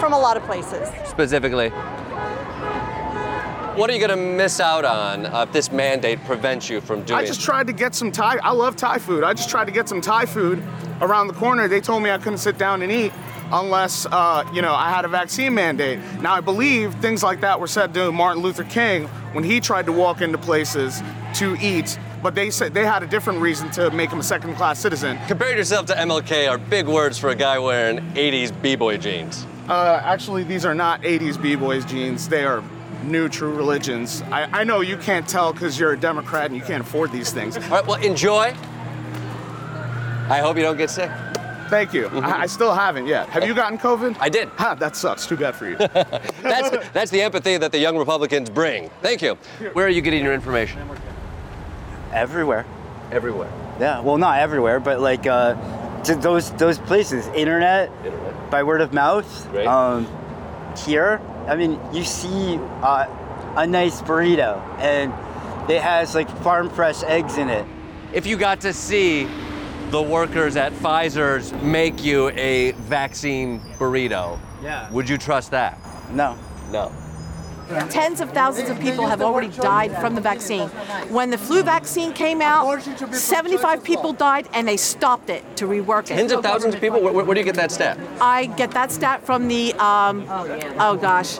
Speaker 46: from a lot of places.
Speaker 45: Specifically, what are you going to miss out on uh, if this mandate prevents you from doing
Speaker 1: I just tried to get some Thai. I love Thai food. I just tried to get some Thai food around the corner. They told me I couldn't sit down and eat unless uh, you know I had a vaccine mandate. Now I believe things like that were said to Martin Luther King when he tried to walk into places to eat, but they said they had a different reason to make him a second-class citizen.
Speaker 45: Compare yourself to MLK are big words for a guy wearing 80s b-boy jeans.
Speaker 1: Uh, actually, these are not 80s B-Boys jeans. They are new true religions. I, I know you can't tell because you're a Democrat and you can't afford these things. All
Speaker 45: right, well, enjoy. I hope you don't get sick. Mm-hmm.
Speaker 1: Thank you. I, I still haven't yet. Have you gotten COVID?
Speaker 45: I did.
Speaker 1: Ha, that sucks. Too bad for you.
Speaker 45: That's, that's the empathy that the young Republicans bring. Thank you. Where are you getting your information?
Speaker 47: Everywhere.
Speaker 45: Everywhere.
Speaker 47: Yeah, well, not everywhere, but like uh, to those those places, internet, by word of mouth.
Speaker 45: Right.
Speaker 47: Um, here, I mean, you see uh, a nice burrito, and it has like farm fresh eggs in it.
Speaker 45: If you got to see the workers at Pfizer's make you a vaccine burrito,
Speaker 47: Yeah.
Speaker 45: would you trust that?
Speaker 47: No.
Speaker 45: No.
Speaker 33: Tens of thousands of people have already died from the vaccine. When the flu vaccine came out, 75 people died and they stopped it to rework it.
Speaker 45: Tens of thousands of people? Where, where do you get that stat?
Speaker 33: I get that stat from the, um, oh gosh,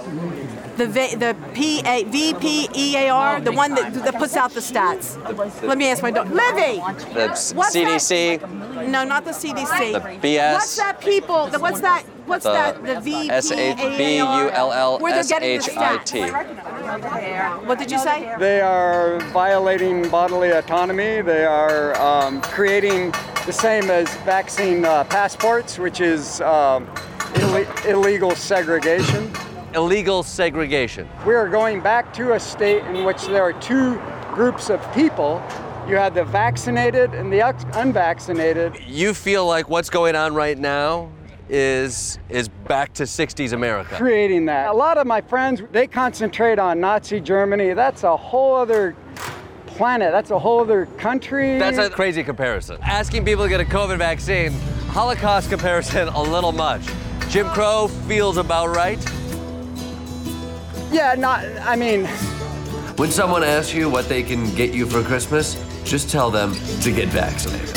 Speaker 33: the v- the P A V P E A R, the one that, that puts out the stats. Let me ask my daughter, Livy.
Speaker 48: The s-
Speaker 33: What's that?
Speaker 48: CDC,
Speaker 33: No, not the CDC.
Speaker 48: The BS.
Speaker 33: What's that people? the- What's that? What's
Speaker 48: The
Speaker 33: that? The V
Speaker 48: S H B U L L
Speaker 33: Where they're
Speaker 48: S
Speaker 33: getting the
Speaker 48: H I T.
Speaker 33: stats. What did you say?
Speaker 30: They are violating bodily autonomy. They are um, creating the same as vaccine uh, passports, which is um, ille- illegal segregation.
Speaker 48: Illegal segregation.
Speaker 30: We are going back to a state in which there are two groups of people. You have the vaccinated and the un- unvaccinated.
Speaker 3: You feel like what's going on right now is is back to 60s America.
Speaker 30: creating that. A lot of my friends, they concentrate on Nazi Germany. That's a whole other planet. That's a whole other country.
Speaker 3: That's a crazy comparison. Asking people to get a COVID vaccine, Holocaust comparison, a little much. Jim Crow feels about right.
Speaker 30: yeah, not. I mean,
Speaker 3: When someone asks you what they can get you for Christmas, just tell them to get vaccinated.